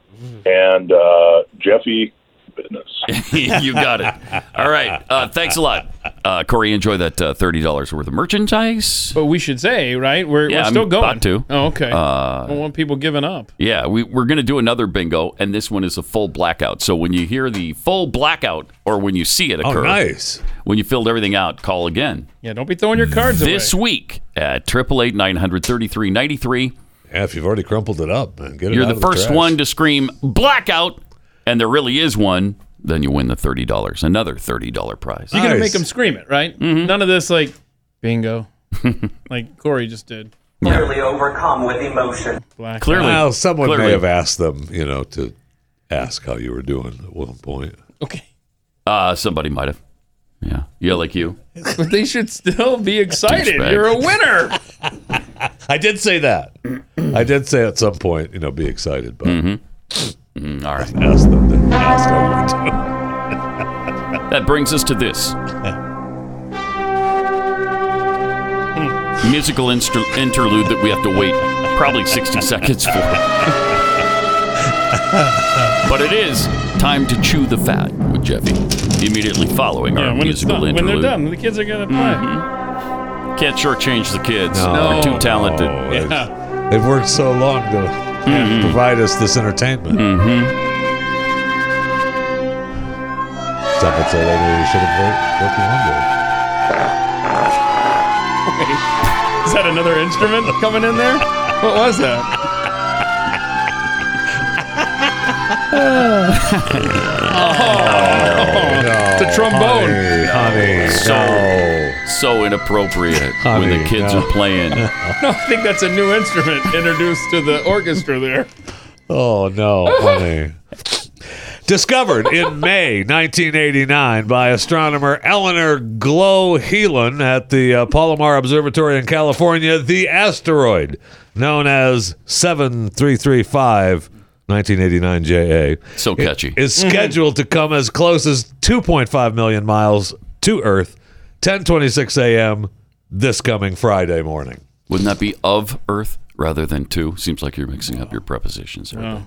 G: And uh, Jeffy, business.
B: you got it. All right. Uh, thanks a lot, uh, Corey. Enjoy that uh, thirty dollars worth of merchandise.
E: But we should say, right? We're,
B: Yeah,
E: we're
B: I'm
E: still going.
B: about to.
E: Oh, okay. I
B: Uh,
E: don't want people giving up.
B: yeah, we, we're going to do another bingo, and this one is a full blackout. So when you hear the full blackout, or when you see it
C: best.
B: occur,
C: Oh, nice.
B: when you filled everything out, call again
E: Yeah, don't be throwing your cards
B: this
E: away.
B: week at triple eight nine hundred thirty three ninety three.
C: Yeah, if you've already crumpled it up, man, get it
B: You're
C: out
B: the
C: of
B: first
C: trash.
B: one to scream blackout, and there really is one. Then you win the thirty dollars, another thirty dollar prize.
E: You got to
C: Nice.
E: make them scream it, right?
B: Mm-hmm.
E: None of this like bingo, like Corey just did.
H: clearly overcome with emotion.
E: Black.
B: Clearly,
C: Well, someone
B: Clearly.
C: may have asked them, you know, to ask how you were doing at one point.
E: Okay.
B: uh, somebody might have. Yeah, yeah, like you.
E: But they should still be excited.
B: Douchebag.
E: You're a winner.
C: I did say that. I did say at some point, you know, be excited, but
B: Mm-hmm. Mm, All right.
C: ask them to ask how you were doing.
B: That brings us to this musical instru- interlude that we have to wait probably 60 seconds for. but it is time to chew the fat with Jeffy. Immediately following our
E: Yeah, when it's
B: musical
E: done, when
B: interlude.
E: they're done, the kids are gonna play.
B: Can't shortchange the kids.
C: No.
B: They're too talented. Mm-hmm.
C: No,
E: Yeah.
C: they've, they've worked so long to provide us this entertainment. Some would say they really should have worked, worked
E: Is that another instrument coming in there? What was that?
C: longer.
E: It's a trombone.
C: Honey, honey,
B: So-
C: no.
B: So inappropriate when the
C: Honey,
B: kids
C: no.
B: are playing.
E: No, I think that's a new instrument introduced to the orchestra there.
C: Oh no, honey. Discovered in May 1989 by astronomer Eleanor Glow Helan at the uh, Palomar Observatory in California, the asteroid known as 7335 1989 JA
B: So catchy.
C: is scheduled to come as close as 2.5 million miles to Earth 10:26 a.m. this coming Friday morning.
B: Wouldn't that be of Earth rather than to? Seems like you're mixing up your prepositions. there.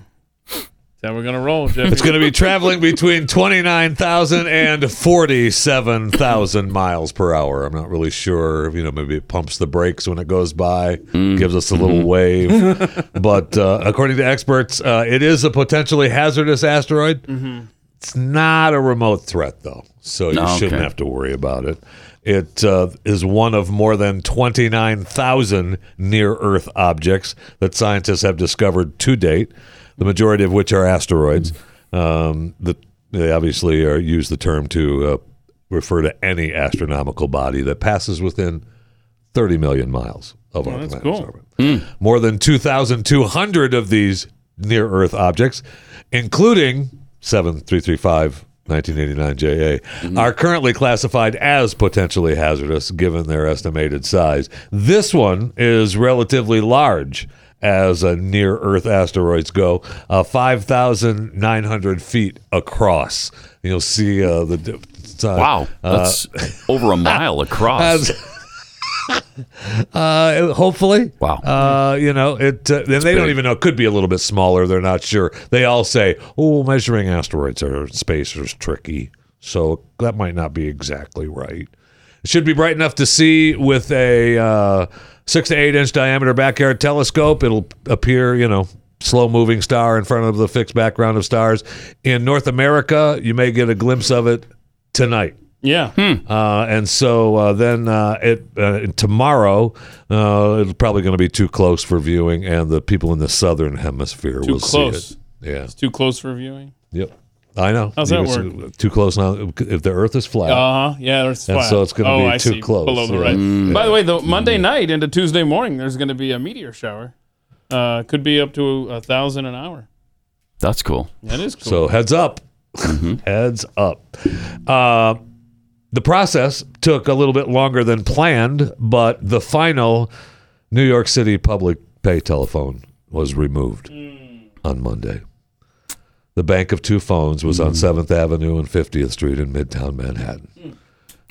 E: Then we're gonna roll, Jeffy.
C: It's going to be traveling between 29,000 and 47,000 miles per hour. I'm not really sure. You know, maybe it pumps the brakes when it goes by, gives us a little wave. but uh, according to experts, uh, it is a potentially hazardous asteroid. It's not a remote threat, though, so you
B: Okay.
C: shouldn't have to worry about it. It uh, is one of more than 29,000 near Earth objects that scientists have discovered to date, the majority of which are asteroids. Um, the, they obviously are, use the term to uh, refer to any astronomical body that passes within 30 million miles of our planet's
E: cool.
C: orbit. More than 2,200 of these near Earth objects, including 7335 1989 JA, are currently classified as potentially hazardous given their estimated size. This one is relatively large as a near Earth asteroids go, uh, 5,900 feet across. You'll see uh, the. di- uh,
B: Wow,
C: uh,
B: that's over a mile across.
C: uh, hopefully.
B: Wow.
C: Uh, you know, it. Uh, and they don't
B: big.
C: even know. It could be a little bit smaller. They're not sure. They all say, "Oh, measuring asteroids or space is tricky, so that might not be exactly right." It should be bright enough to see with a uh, six to eight inch diameter backyard telescope. It'll appear, you know. Slow moving star in front of the fixed background of stars. In North America, you may get a glimpse of it tonight.
E: Yeah.
I: Hmm.
C: Uh, and so uh, then uh, it uh, tomorrow uh, it's probably going to be too close for viewing, and the people in the southern hemisphere
E: Too
C: will
E: close.
C: see it. Yeah.
E: Too close for viewing.
C: Yep. I know.
E: How's
C: You
E: that
C: can see- Too close now. If the Earth is flat,
E: Uh huh. Yeah, that's
C: And
E: flat.
C: so it's gonna
E: oh,
C: be
E: I
C: too
E: see.
C: close, Mm-hmm.
E: Below the
C: so-
E: right. By the way, the Monday night into Tuesday morning, there's going to be a meteor shower. Uh, could be up to a thousand an hour.
B: that's cool. Mm-hmm.
E: That is cool.
C: So heads up, heads up. Uh, the process took a little bit longer than planned, but the final New York City public pay telephone was removed
B: Mm.
C: on Monday. The bank of two phones was
B: Mm.
C: on Seventh Avenue and Fiftieth Street in Midtown Manhattan.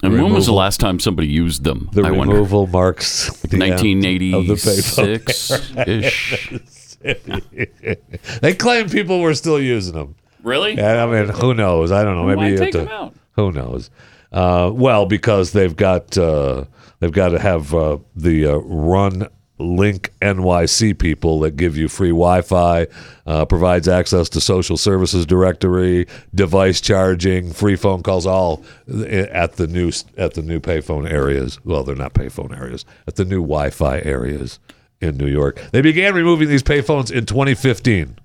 B: And when was the
C: removal-
B: last time somebody used them?
C: The
B: Hmm. I wonder.
C: removal marks the end of the payphone.
B: 1986 ish.
C: They claim people were still using them.
B: Really?
C: And I mean, who knows? I don't know. Maybe
E: Why
C: you have
E: take
C: to-
E: them out?
C: Who knows? Uh, well, because they've got uh, they've got to have uh, the uh, run link NYC people that give you free Wi-Fi, uh, provides access to social services directory, device charging, free phone calls, all i- at the new at the new payphone areas. Well, they're not payphone areas at the new Wi-Fi areas in New York. They began removing these payphones in 2015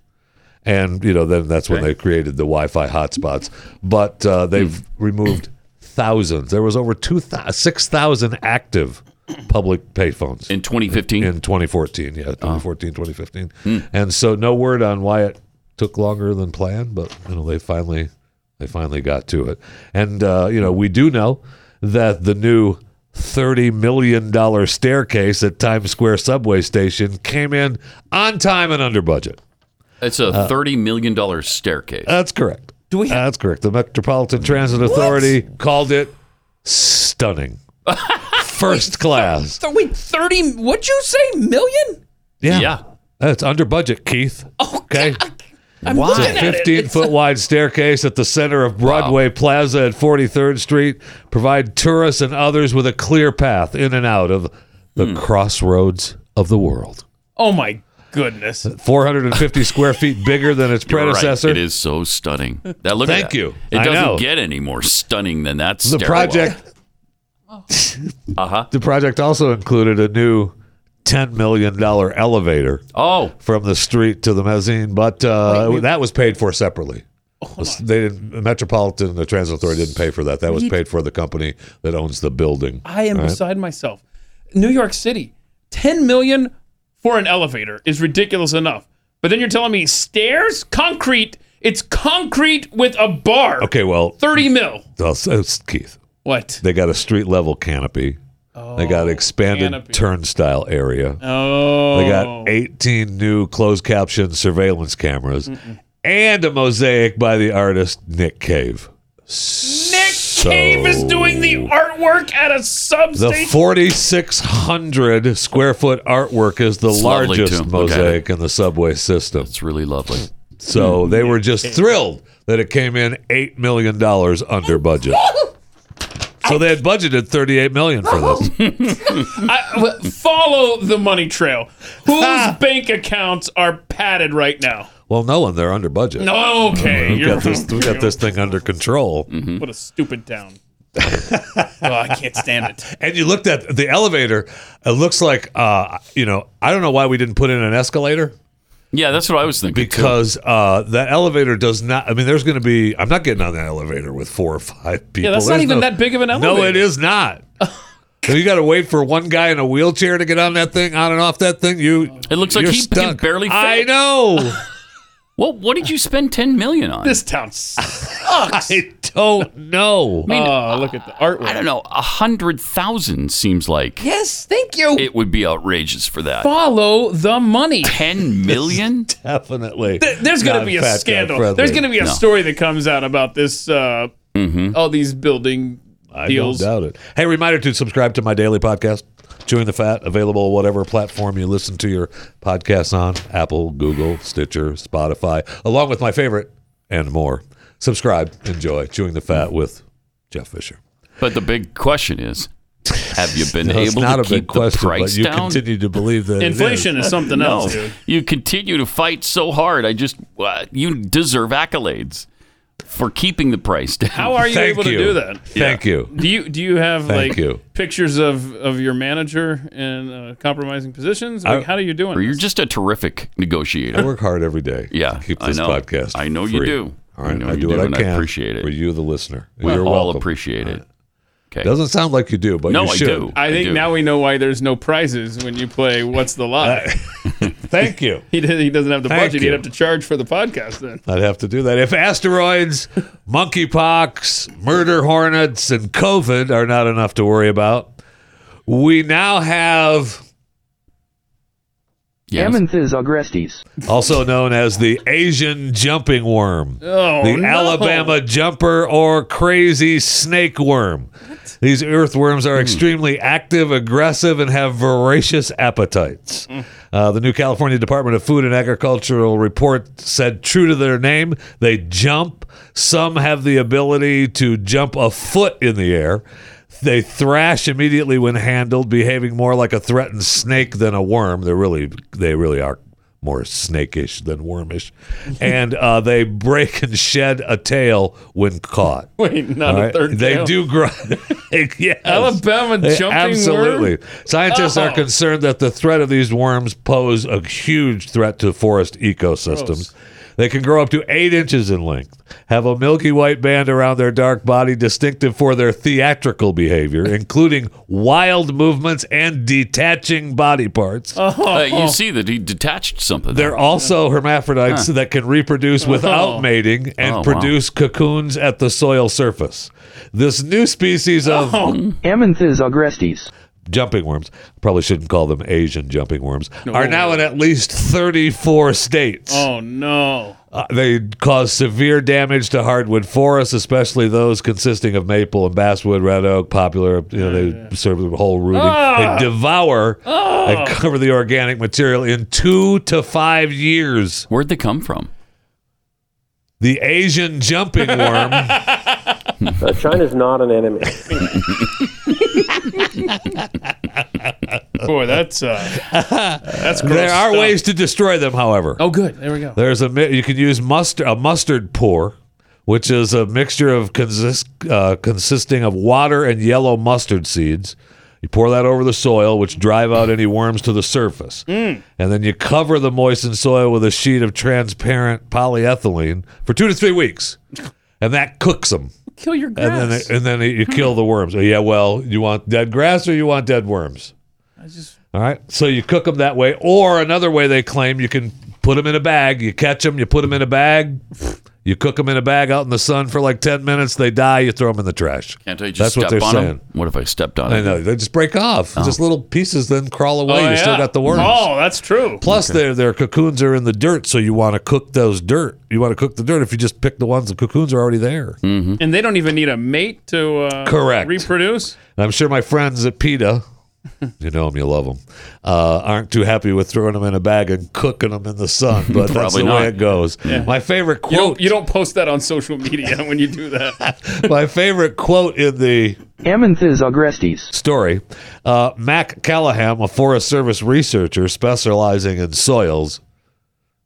C: and you know then that's when they created the Wi-Fi hotspots. But uh, they've removed thousands. There was over two thou- six thousand active public payphones
B: In 2015?
C: in 2014. Yeah, 2014, 2015. And so no word on why it took longer than planned, but you know they finally they finally got to it. And uh, you know we do know that the new thirty million dollar staircase at Times Square subway station came in on time and under budget.
B: it's
C: Uh,
B: a $30 million staircase.
C: That's correct. Do we? That's correct. The Metropolitan Transit Authority called it stunning, first class.
I: So wait, thirty? What'd you say? Million?
C: Yeah.
B: yeah.
C: that's under budget, Keith. Okay,
I: Oh, I'm
B: Why?
I: looking at it.
C: fifteen foot wide staircase at the center of Broadway Plaza at Forty Third Street provide tourists and others with a clear path in and out of the
B: Hmm.
C: crossroads of the world.
E: oh my goodness.
C: 450 square feet bigger than its
B: You're right.
C: predecessor.
B: It is so stunning. That look.
C: Thank
B: at that.
C: you.
B: It
C: I
B: doesn't
C: know.
B: get any more stunning than that.
C: The project
B: Uh huh.
C: The project also included a new $10 million elevator
B: Oh,
C: from the street to the mezzanine, but uh, that was paid for separately.
E: Oh
C: they didn't, the Metropolitan, the Transit Authority didn't pay for that. That was paid for the company that owns the building.
E: I am beside myself. New York City, 10 million for an elevator is ridiculous enough. But then you're telling me stairs, concrete, it's concrete with a bar.
C: Okay, well,
E: 30 mil.
C: uh, it's Keith,
E: What?
C: they got a street level canopy. they got expanded
E: Oh, canopy.
C: turnstile area.
E: Oh.
C: They got 18 new closed caption surveillance cameras and a mosaic by the artist Nick Cave.
E: Nick Cave is doing the artwork at a
C: The
E: substation.
C: 4,600 square foot artwork is the
B: It's lovely, too.
C: largest
B: Look
C: mosaic in the subway system.
B: it's really lovely.
C: So they were just thrilled that it came in $8 million under budget. So they had budgeted $38 million for this.
E: I- w- follow the money trail. Whose bank accounts are padded right now?
C: Well, no one, they're under budget.
E: Okay,
C: We
E: you're
C: Uh, got this, we got this thing under control.
E: What a stupid town. oh, I can't stand it.
C: And you looked at the elevator. It looks like, uh, you know, I don't know why we didn't put in an escalator.
B: Yeah, that's what I was thinking. too.
C: because uh, that elevator does not. I mean, there's going to be. I'm not getting on that elevator with four or five people.
E: that's not
C: There's
E: even that big of an
C: No,
E: elevator.
C: it is not. so you got to wait for one guy in a wheelchair to get on that thing, on and off that thing. You.
B: It looks like
C: you're
B: he can
C: stuck.
B: barely fit.
C: I know.
B: Well, what did you spend 10 million on?
E: This town sucks.
C: I Oh no!
E: Oh, look at the artwork.
B: I don't know. A hundred thousand seems like
I: Yes, thank you.
B: it would be outrageous for that.
E: Follow the money.
B: Ten million?
C: Definitely.
E: There's going to
C: not
E: be
C: fat guy
E: a scandal.
C: friendly.
E: There's going to be a
B: No.
E: story that comes out about this. Uh, All these building
C: Mm-hmm. I
E: deals.
C: don't doubt it. Hey, reminder to subscribe to my daily podcast, Chewing the Fat, available whatever platform you listen to your podcasts on Apple, Google, Stitcher, Spotify, along with my favorite and more. Subscribe, enjoy Chewing the Fat with Jeff Fisher.
B: But the big question is, have you been
C: No,
B: able
C: it's not
B: to
C: a
B: keep
C: big question,
B: the price
C: but you
B: down?
C: continue to believe that it is.
E: Inflation is something else, dude.
B: You continue to fight so hard. I just uh, you deserve accolades for keeping the price down.
E: How are you
C: Thank
E: able to
C: you.
E: do that?
C: Thank you.
E: Do you do you have
C: Thank
E: like
C: you.
E: pictures of of your manager in uh, compromising positions? Like,
C: I-
E: how are you doing?
B: Or you're
E: this?
B: just a terrific
C: I
B: negotiator.
C: work hard every day. to
B: Yeah,
C: keep
B: I
C: this
B: know.
C: podcast.
B: I know you
C: free.
B: do.
C: All
B: I
C: right,
B: know
C: I
B: you
C: do what
B: do,
C: I
B: and I
C: can.
B: appreciate it.
C: For you, the listener,
B: We
C: you're
B: all
C: welcome.
B: appreciate it. Okay.
C: Doesn't sound like you do, but
B: no,
C: you
B: I
C: should.
B: do.
E: I think
B: do.
E: now we know why there's no prizes when you play What's the Lie.
C: Thank you.
E: he, did, he doesn't have the
C: Thank
E: budget. He'd
C: you.
E: have to charge for the podcast then.
C: I'd have to do that. If asteroids, monkeypox, murder hornets, and COVID are not enough to worry about, we now have,
B: Yes.
J: Amanthus agrestes.
C: also known as the Asian jumping worm,
E: Oh,
C: the
E: no.
C: Alabama jumper, or crazy snake worm. These earthworms
E: Hmm.
C: are extremely active, aggressive, and have voracious appetites.
E: Hmm.
C: Uh, the new California Department of Food and Agricultural report said, true to their name, they jump. Some have the ability to jump a foot in the air. They thrash immediately when handled, behaving more like a threatened snake than a worm. They really, they really are more snakish than wormish, and uh, they break and shed a tail when caught.
E: Wait, not
C: All
E: a
C: right.
E: third.
C: They
E: tail.
C: do grow. yes.
E: Alabama
C: They-
E: jumping
C: Absolutely.
E: worm?
C: Scientists
E: Oh.
C: are concerned that the threat of these worms pose a huge threat to forest ecosystems.
E: Gross.
C: They can grow up to eight inches in length, have a milky white band around their dark body distinctive for their theatrical behavior, including wild movements and detaching body parts.
B: Uh,
E: Oh.
B: you see that he detached something.
C: They're also hermaphrodites that can reproduce without mating and
B: Oh, Oh, wow.
C: produce cocoons at the soil surface. This new species of
B: Oh.
J: Amanthus agrestes.
C: jumping worms, probably shouldn't call them Asian jumping worms, are now in at least 34 states.
E: Oh no!
C: Uh, they cause severe damage to hardwood forests, especially those consisting of maple and basswood, red oak, poplar. You know, they serve the whole rooting.
B: Ah.
C: They devour and cover the organic material in two to five years.
B: Where'd they come from?
C: The Asian jumping worm.
K: China's not an enemy.
E: Boy, that's uh, that's gross.
C: there are
E: stuff.
C: ways to destroy them, however.
E: Oh, good. There we go.
C: There's a mi- you can use mustard a mustard pour, which is a mixture of consist uh, consisting of water and yellow mustard seeds. You pour that over the soil, which drive out any worms to the surface,
E: Mm.
C: and then you cover the moistened soil with a sheet of transparent polyethylene for two to three weeks, and that cooks them.
E: Kill your
C: And then,
E: grass.
C: and then you kill the worms. Oh, Yeah, well, you want dead grass or you want dead worms? All right. So you cook them that way. Or another way they claim you can put them in a bag. You catch them, you put them in a bag, you cook them in a bag out in the sun for like 10 minutes. They die, you throw them in the trash.
B: Can't I just
C: That's
B: step
C: what they're
B: on Oh.
C: saying.
B: them? What if I stepped on
C: I
B: it?
C: know. They just break off. Just little pieces, then crawl away.
E: Oh,
C: you still
E: yeah.
C: got the worms.
E: Oh, that's true.
C: Plus, their their cocoons are in the dirt, so you want to cook those dirt. You want to cook the dirt if you just pick the ones the cocoons are already there.
E: And they don't even need a mate to uh,
C: Correct.
E: reproduce.
C: And I'm sure my friends at PETA, you know them, you love them, uh, aren't too happy with throwing them in a bag and cooking them in the sun, but that's
B: Probably
C: the
B: not.
C: way it goes. My favorite
E: You don't,
C: quote,
E: you don't post that on social media when you do that.
C: my favorite quote in the
J: Amanthus agrestes.
C: story, uh, Mac Callahan, a Forest Service researcher specializing in soils.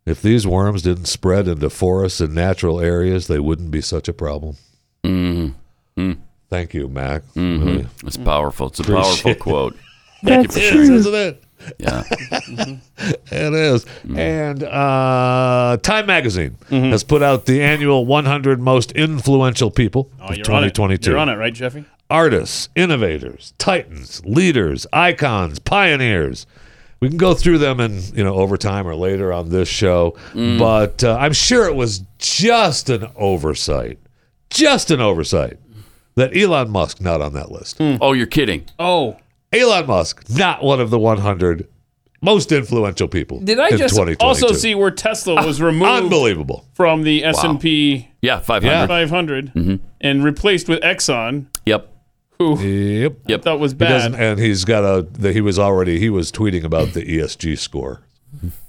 C: If these worms didn't spread into forests and natural areas, they wouldn't be such a problem.
E: Mm-hmm. Mm.
C: Thank you, Mac. Really.
B: It's powerful. It's a powerful quote.
J: That's
C: Isn't it?
B: Yeah.
C: It is. And uh, Time Magazine has put out the annual 100 Most Influential People
E: Oh,
C: of
E: you're on it.
C: 2022.
E: You're on it, right, Jeffy?
C: Artists, innovators, titans, leaders, icons, pioneers. We can go through them in you know overtime or later on this show, but uh, I'm sure it was just an oversight, just an oversight that Elon Musk not on that list.
E: Hmm.
B: Oh, you're kidding.
E: Oh.
C: Elon Musk, not one of the 100 most influential people.
E: Did I
C: in
E: just
C: 2022.
E: also see where Tesla was removed?
C: Unbelievable.
E: from the
C: Wow. Mm-hmm.
E: S and P.
B: Yeah, 500.
C: Yeah.
E: 500,
B: Mhm.
E: and replaced with Exxon.
B: Yep.
E: Who?
C: Yep.
B: Yep.
E: That was
C: He doesn't-
E: bad.
C: and he's got a. The, he was already. He was tweeting about the ESG score,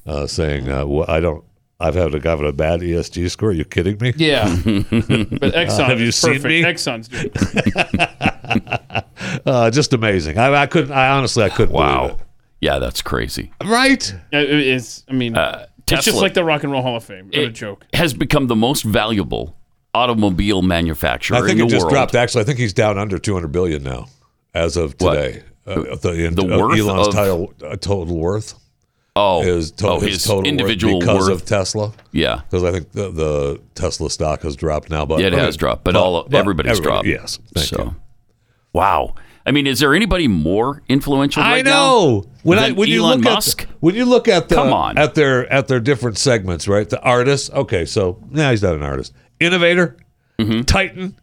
C: uh, saying, uh, well, "I don't. I've had a, I've had a bad ESG score. Are you kidding me?
E: Yeah. But Exxon
C: have you
E: is
C: seen
E: perfect.
C: me?
E: Exxon's doing
C: Uh, just amazing. I, I couldn't. I honestly, I couldn't. Wow.
B: Yeah, that's crazy.
C: Right?
E: It's. I mean,
C: Uh,
E: it's just
B: Tesla-
E: like the Rock and Roll Hall of Fame. What a
B: It
E: joke.
B: Has become the most valuable automobile manufacturer
C: I think
B: in
C: it
B: the
C: just
B: world.
C: dropped. Actually, I think he's down under 200 billion now, as of today. Uh, the
B: The
C: uh,
B: worth
C: Elon's
B: of-
C: title, uh, total worth.
B: Oh,
C: his, to-
B: oh,
C: his,
B: his
C: total
B: individual
C: worth because
B: worth.
C: of Tesla.
B: Yeah.
C: because I think the, the Tesla stock has dropped now. But
B: Yeah, it
C: I
B: has
C: mean,
B: dropped, but, all
C: but
B: everybody's dropped.
C: everybody- Yes, thank
B: so,
C: you.
B: wow. I mean, is there anybody more influential?
C: I
B: right
C: know.
B: Now
C: When I
B: than
C: when you
B: Elon
C: look
B: Musk.
C: at the, when you look at the
B: Come on.
C: at their at their different segments, right? The artist. Okay, so now he's not an artist. Innovator,
B: Mm-hmm.
C: titan,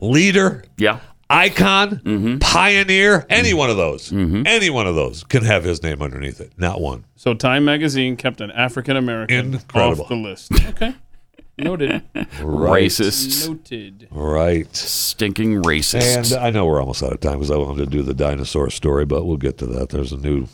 C: leader,
B: yeah,
C: icon,
B: Mm-hmm.
C: pioneer. Any one of those. Any one of those can have his name underneath it. Not one.
E: So Time Magazine kept an African American
C: Incredible.
E: off the list. Okay. Noted.
C: Right.
B: Racist.
E: Noted.
C: Right.
B: Stinking
C: And uh,
B: racist.
C: I know we're almost out of time because I wanted to do the dinosaur story, but we'll get to that. There's a new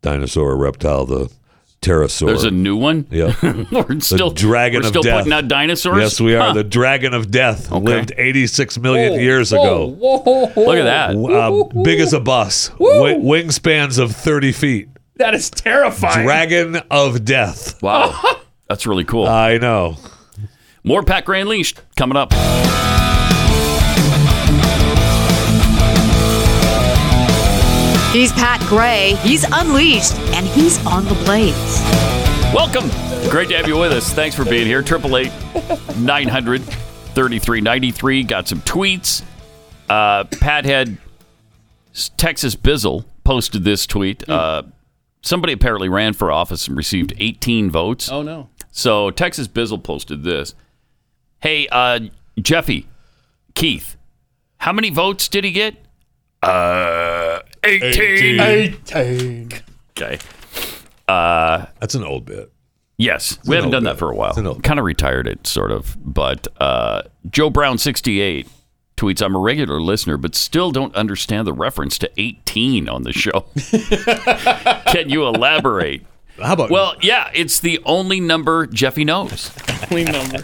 C: dinosaur reptile, the pterosaur.
B: There's a new one.
C: yeah.
B: we're still
C: dragon
B: we're
C: of
B: still
C: death.
B: putting out dinosaurs.
C: Yes, we are.
B: Huh.
C: The dragon of death lived 86 million years ago.
I: Whoa, whoa, whoa.
B: Look at that.
C: W- Uh, big as a bus, Wi- wingspans of 30 feet.
E: That is terrifying.
C: Dragon of death.
B: Wow, that's really cool.
C: I know.
B: More Pat Gray Unleashed coming up.
L: He's Pat Gray. He's unleashed, and he's on the blades.
B: Welcome. Great to have you with us. Thanks for being here. Triple eight nine hundred thirty three ninety three. Got some tweets. Uh, Pat had Texas Bizzle posted this tweet. Uh, somebody apparently ran for office and received eighteen votes.
E: Oh no.
B: So Texas Bizzle posted this. Hey, uh, Jeffy, Keith, how many votes did he get? Uh, 18.
E: 18.
B: Okay. Uh,
C: That's an old bit.
B: Yes,
C: an
B: we haven't done
C: old
B: that
C: bit.
B: for a while.
C: It's an old
B: Kind of retired it, sort of. But uh, Joe Brown sixty eight tweets: "I'm a regular listener, but still don't understand the reference to eighteen on the show. Can you elaborate?"
C: How about
B: Well, yeah, it's the only number Jeffy knows.
E: Clean number.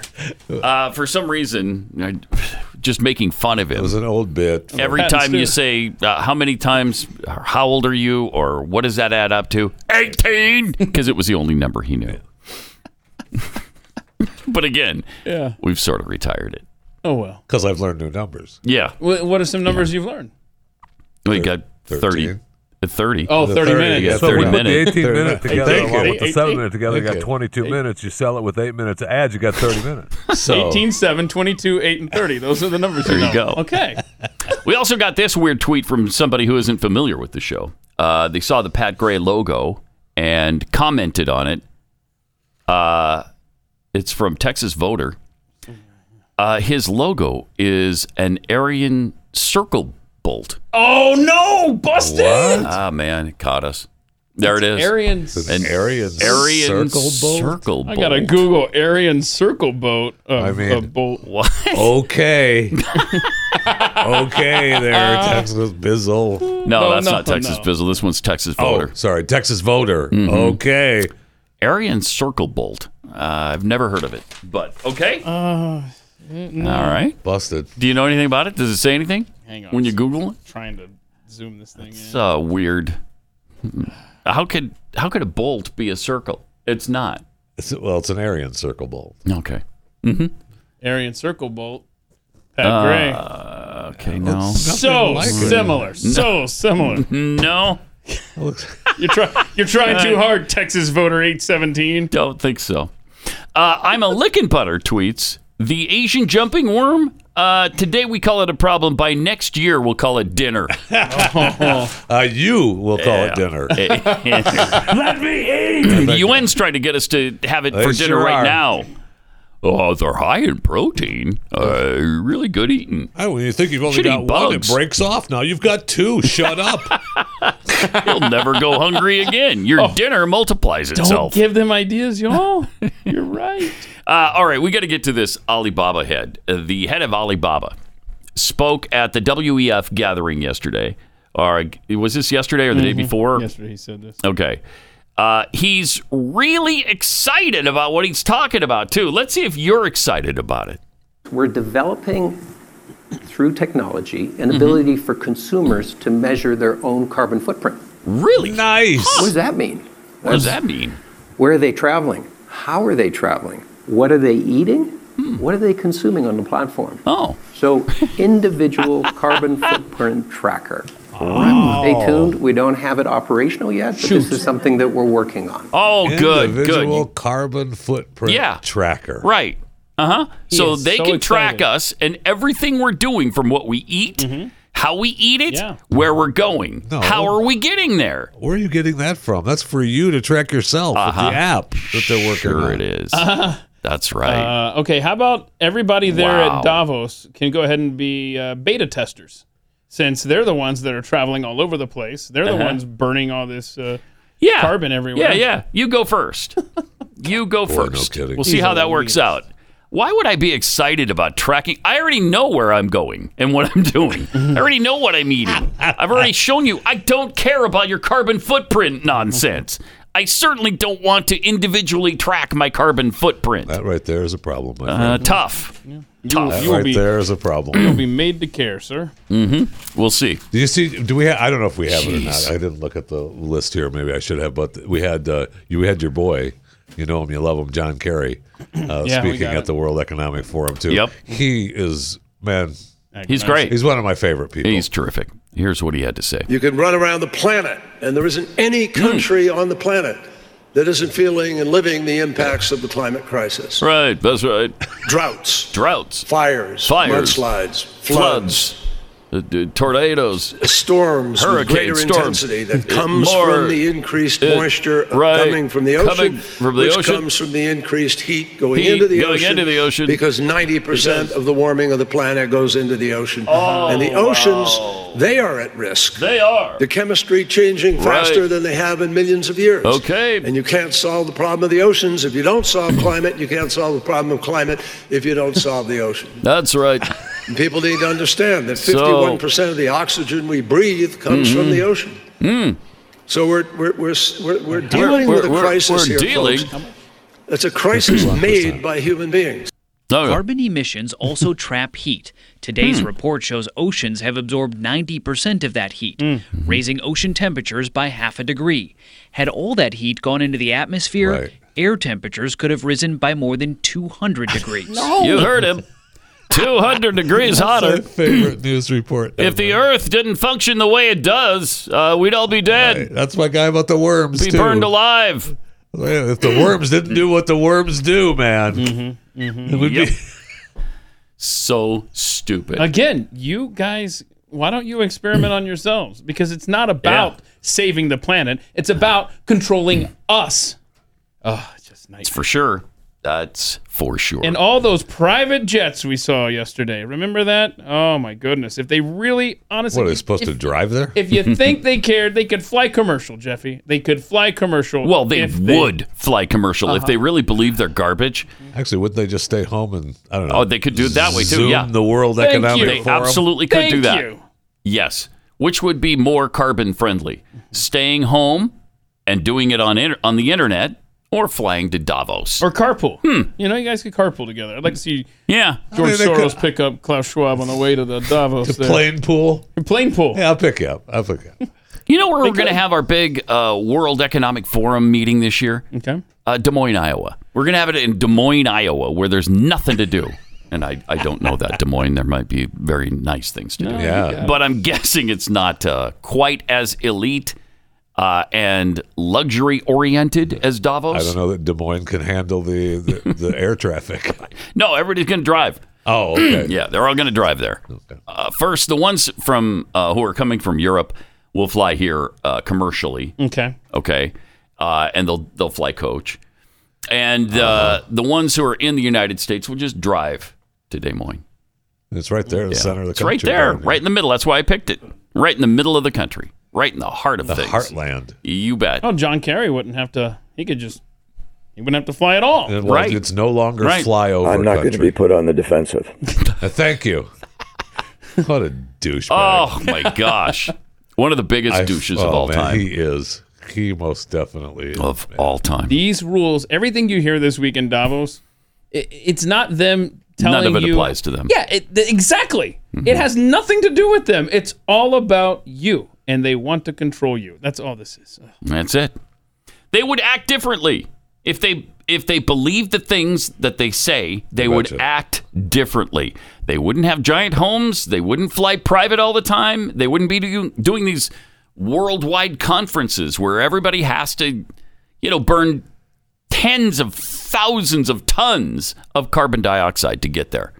B: Uh, for some reason, I, just making fun of
C: it was
B: him.
C: an old bit.
B: Every
E: Patents
B: time you
E: too.
B: say uh, how many times, or how old are you, or what does that add up to? 18! Because it was the only number he knew. but again,
E: Yeah.
B: we've sort of retired it.
E: Oh well.
C: Because I've learned new numbers.
B: Yeah.
E: Wh- What are some numbers you've learned?
B: We got 30.
C: 13.
B: uh, 30.
E: Oh, 30, minutes.
B: yeah,
E: That's
B: thirty
F: Put
E: what we-
F: the
B: minutes.
F: 18 minute together
C: Thank
F: along
C: you.
F: with the 7 minute together. You
C: Thank
F: got
C: you.
F: 22 minutes. You sell it with 8 minutes of ads. You got 30 minutes.
C: So,
E: 18, 7, 22, 8, and 30. Those are the numbers
B: There
E: you
B: you go.
E: know. Okay.
B: We also got this weird tweet from somebody who isn't familiar with the show. Uh, they saw the Pat Gray logo and commented on it. Uh, it's from Texas Voter. Uh, his logo is an Aryan circle bolt.
E: Oh no, busted.
B: Ah, man, it caught us. There it is.
E: Aryan.
B: An
C: Aryan
B: Aryan
C: circle bolt?
B: circle bolt.
E: I gotta Google Aryan circle boat. Uh, I
C: mean-
E: bolt.
B: What?
C: Okay. okay, there, Texas Bizzle.
B: No,
E: No,
B: that's
E: no,
B: not Texas
E: no.
B: Bizzle. This one's Texas
C: Oh,
B: Voter.
C: sorry, Texas voter. Okay.
B: Aryan circle bolt. Uh, I've never heard of it, but okay.
E: Uh,
B: All right.
C: Busted.
B: Do you know anything about it? Does it say anything
E: Hang on.
B: when you Google it?
E: trying to zoom this thing in.
B: It's uh, weird. How could how could a bolt be a circle? It's not.
C: It's, well, it's an Aryan circle bolt.
B: Okay.
E: Aryan circle bolt. Pat
B: Okay. No.
E: Gray. So similar.
B: Mm-hmm.
E: So similar.
B: No.
E: You're trying. You're trying too hard. Texas voter eight seventeen.
B: Don't think so. Uh, I'm a lickin' putter. Tweets the Asian jumping worm. Uh, today we call it a problem. By next year we'll call it dinner.
C: Uh, you will call it dinner.
B: Let me eat. The UN's trying to get us to have it
C: They
B: for dinner
C: sure
B: right
C: are.
B: now. Oh, they're high in protein. Uh, really good eating.
C: Oh, when you think you've only
B: Should eat
C: got one, it
B: bugs.
C: breaks off. Now you've got two. Shut up.
B: You'll never go hungry again. Your dinner multiplies
E: Oh. Don't
B: itself.
E: give them ideas, y'all. You're right.
B: Uh, all right, we got to get to this Alibaba head. Uh, the head of Alibaba spoke at the WEF gathering yesterday. Or was this yesterday or the day before?
E: Mm-hmm. Yesterday he said this.
B: Okay. Uh, he's really excited about what he's talking about, too. Let's see if you're excited about it.
M: We're developing through technology an ability
B: Mm-hmm.
M: for consumers to measure their own carbon footprint.
B: Really?
C: Nice.
M: What does that mean?
B: What does that mean?
M: Where are they traveling? How are they traveling? What are they eating? What are they consuming on the platform?
B: Hmm. Oh.
M: So, individual carbon footprint tracker.
B: Oh.
M: Stay tuned. We don't have it operational yet, but this is something that we're working on.
B: Oh, good, good.
C: Individual carbon footprint
B: Yeah.
C: tracker.
B: Right. Uh huh.
C: He
B: So
C: is
B: they
C: so
B: can track
C: excited. Mm-hmm.
B: us and everything we're doing from what we eat, how we eat it,
C: Yeah.
B: where we're going.
C: No.
B: How are we getting there?
C: Where are you getting that from? That's for you to track yourself
B: Uh-huh.
C: with the app that they're working
B: Sure
C: on.
B: it is.
E: Uh-huh.
B: That's right.
E: Uh, okay, how about everybody there
B: Wow.
E: at Davos can go ahead and be uh, beta testers, since they're the ones that are traveling all over the place. They're the
B: Uh-huh.
E: ones burning all this uh,
B: yeah.
E: carbon everywhere.
B: Yeah, yeah. You go first. You go
E: Boy, no
B: first.
E: kidding.
B: We'll see
E: He's
B: how
E: a
B: that works out. Why would I be excited about tracking? I already know where I'm going and what I'm doing. I already know what I'm eating. I've already shown you I don't care about your carbon footprint nonsense. I certainly don't want to individually track my carbon footprint.
C: That right there is a problem. My
B: Uh,
C: friend.
B: tough. Tough.
C: That right there is a problem.
E: You'll be made to care, sir.
B: Mm-hmm. We'll see.
C: Do you see? Do we? Ha- I don't know if we have it or
B: Jeez.
C: not. I didn't look at the list here. Maybe I should have. But we had uh, you had your boy. You know him. You love him, John Kerry. Uh,
B: Yeah, we
C: speaking
B: got
C: at
B: it.
C: the World Economic Forum too.
B: Yep.
C: He is man.
B: He's great.
C: He's one of my favorite people.
B: He's terrific. Here's what he had to say.
N: You can run around the planet, and there isn't any country on the planet that isn't feeling and living the impacts of the climate crisis.
B: Right, that's right.
N: Droughts.
B: Droughts.
N: Fires.
B: Fires.
N: Mudslides.
B: Floods. Uh, d- tornadoes.
N: Storms with
B: Hurricane
N: greater
B: storms.
N: intensity that
B: Uh,
N: comes
B: more-
N: from the increased
B: uh,
N: moisture
B: right.
N: coming from the ocean,
B: Coming from the
N: which
B: ocean.
N: comes from the increased heat going
B: Heat
N: into the
B: going
N: ocean,
B: into the ocean.
N: because 90% of the warming of the planet goes into the ocean,
B: Oh,
N: and the oceans they are at risk.
B: They are.
N: The chemistry changing
B: Right.
N: faster than they have in millions of years.
B: Okay.
N: And you can't solve the problem of the oceans if you don't solve climate. You can't solve the problem of climate if you don't solve the ocean.
B: That's right.
N: And people need to understand that
B: So-
N: 51% of the oxygen we breathe comes from
B: Mhm.
N: the ocean.
B: Mm.
N: So we're, we're, we're, we're, we're dealing
B: We're-
N: with a
B: we're-
N: crisis
B: we're
N: here.
B: dealing-
N: Folks. It's a crisis made by human beings.
O: Carbon emissions also trap heat. Today's report shows oceans have absorbed 90% of that heat, raising ocean temperatures by half a degree. Had all that heat gone into the atmosphere, air temperatures could have risen by more than 200 degrees.
B: You heard him. 200 degrees hotter.
C: favorite news report.
B: If the Earth didn't function the way it does, uh, we'd all be dead.
C: That's my guy about the worms.
B: Be
C: too.
B: burned alive.
C: Man, If the worms didn't do what the worms do, man,
B: Mm-hmm.
C: it would
B: Yep.
C: be.
B: So stupid.
E: Again, you guys, why don't you experiment on yourselves? Because it's not about saving the planet; it's about controlling us. Oh,
B: That's for sure. That's for sure.
E: And all those private jets we saw yesterday. Remember that? Oh my goodness! If they really, honestly,
C: What are they
E: if-
C: supposed to
E: if-
C: drive there?
E: If you think they cared, they could fly commercial, Jeffy. They could fly commercial.
B: well, they
E: if
B: would fly commercial if
E: Uh-huh.
B: they really believe they're garbage.
C: Actually, wouldn't they just stay home and I don't know?
B: Oh, they could do it that way too.
C: Zoom
B: yeah,
C: the World Thank Economic you.
B: They
C: Forum.
B: absolutely could
C: Thank
B: do that.
C: you.
B: Yes, which would be more carbon friendly: staying home and doing it on inter- on the internet, or flying to Davos,
E: or carpool. Hmm. You know, you guys could carpool together. I'd like to see
B: yeah
E: George
C: I mean, they
E: Soros pick up Klaus Schwab on the way to the Davos. there.
C: Plane pool.
E: Plane pool.
C: Yeah, I'll pick you up. I'll pick you up.
B: You know where we're going to have our big uh, World Economic Forum meeting this year?
E: Okay.
B: Uh, Des Moines, Iowa. We're going to have it in Des Moines, Iowa, where there's nothing to do. And I, I don't know that Des Moines. There might be very nice things to do.
C: No, Yeah. you got it.
B: Uh, But I'm guessing it's not uh, quite as elite uh, and luxury oriented as Davos.
C: I don't know that Des Moines can handle the the, the air traffic.
B: No, everybody's going to drive.
C: Oh, okay.
B: yeah, they're all going to drive there. Uh, first, the ones from uh, who are coming from Europe will fly here uh, commercially.
E: Okay.
B: Okay, uh, and they'll they'll fly coach. and uh,
C: Uh-huh.
B: the ones who are in the United States will just drive to Des Moines.
C: It's right there in the
B: Yeah.
C: center of the
B: it's
C: country.
B: right there,
C: down
B: right in the middle. That's why I picked it. Right in the middle of the country, right in the heart of
C: The
B: things.
C: heartland.
B: You bet.
E: Oh, John Kerry wouldn't have to. He could just. He wouldn't have to fly at all.
C: And, well, It's no longer flyover
P: I'm not going to
C: country.
P: be put on the defensive.
C: Uh, thank you. What a douchebag.
B: Oh my gosh, one of the biggest douches of
C: oh,
B: all
C: man,
B: time.
C: He is. He most definitely is.
B: Of all time.
E: These rules, everything you hear this week in Davos, it, it's not them
B: None
E: telling you.
B: of it applies to them.
E: Yeah, it, th- exactly. It has nothing to do with them. It's all about you, and they want to control you. That's all this is.
B: That's it. They would act differently if they if they believed the things that they say. They would act differently. They wouldn't have giant homes. They wouldn't fly private all the time. They wouldn't be do, doing these worldwide conferences where everybody has to, you know, burn tens of thousands of tons of carbon dioxide to get there.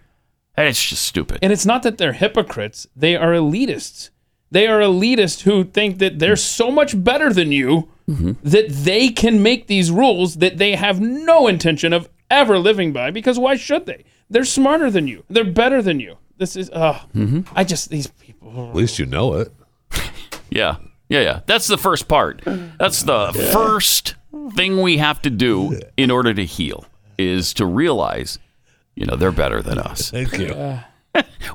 B: And it's just stupid.
E: And it's not that they're hypocrites, they are elitists. They are elitists who think that they're so much better than you that they can make these rules that they have no intention of ever living by because why should they? They're smarter than you, they're better than you. This is, uh, I just, these people.
C: At least you know it.
B: Yeah. Yeah, yeah. That's the first part. That's the first thing we have to do in order to heal is to realize, you know, they're better than us.
C: Thank you.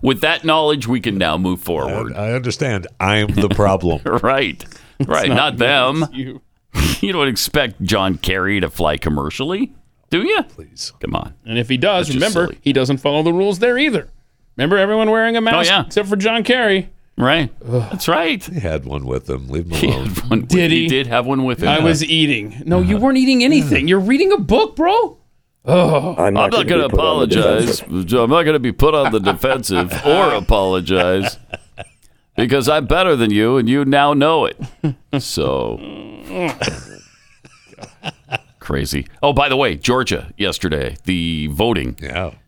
B: With that knowledge, we can now move forward.
C: I understand. I'm the problem.
B: right. Right. Not,
C: not me,
B: them.
C: it's
E: You.
B: don't expect John Kerry to fly commercially, do you? Please. Come on.
E: And if he does,
B: That's just
E: remember,
B: silly.
E: he doesn't follow the rules there either. Remember everyone wearing a mask
B: Oh, yeah.
E: except for John Kerry.
B: Right. That's right.
C: He had one with him. Leave him alone.
E: Did he?
B: did have one with him.
E: I was eating. No, you
B: Uh-huh.
E: weren't eating anything. You're reading a book, bro. Oh,
B: I'm not, going to apologize. I'm not going to be put on the defensive or apologize because I'm better than you, and you now know it. So crazy. Oh, by the way, Georgia yesterday, the voting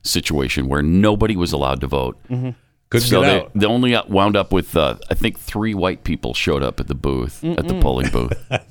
B: situation where nobody was allowed to vote.
E: Mhm.
C: Couldn't
B: so
C: get
B: they,
C: out.
B: they only wound up with, uh, I think, three white people showed up at the booth, at the
C: Mm-mm.
B: polling booth. They
C: I think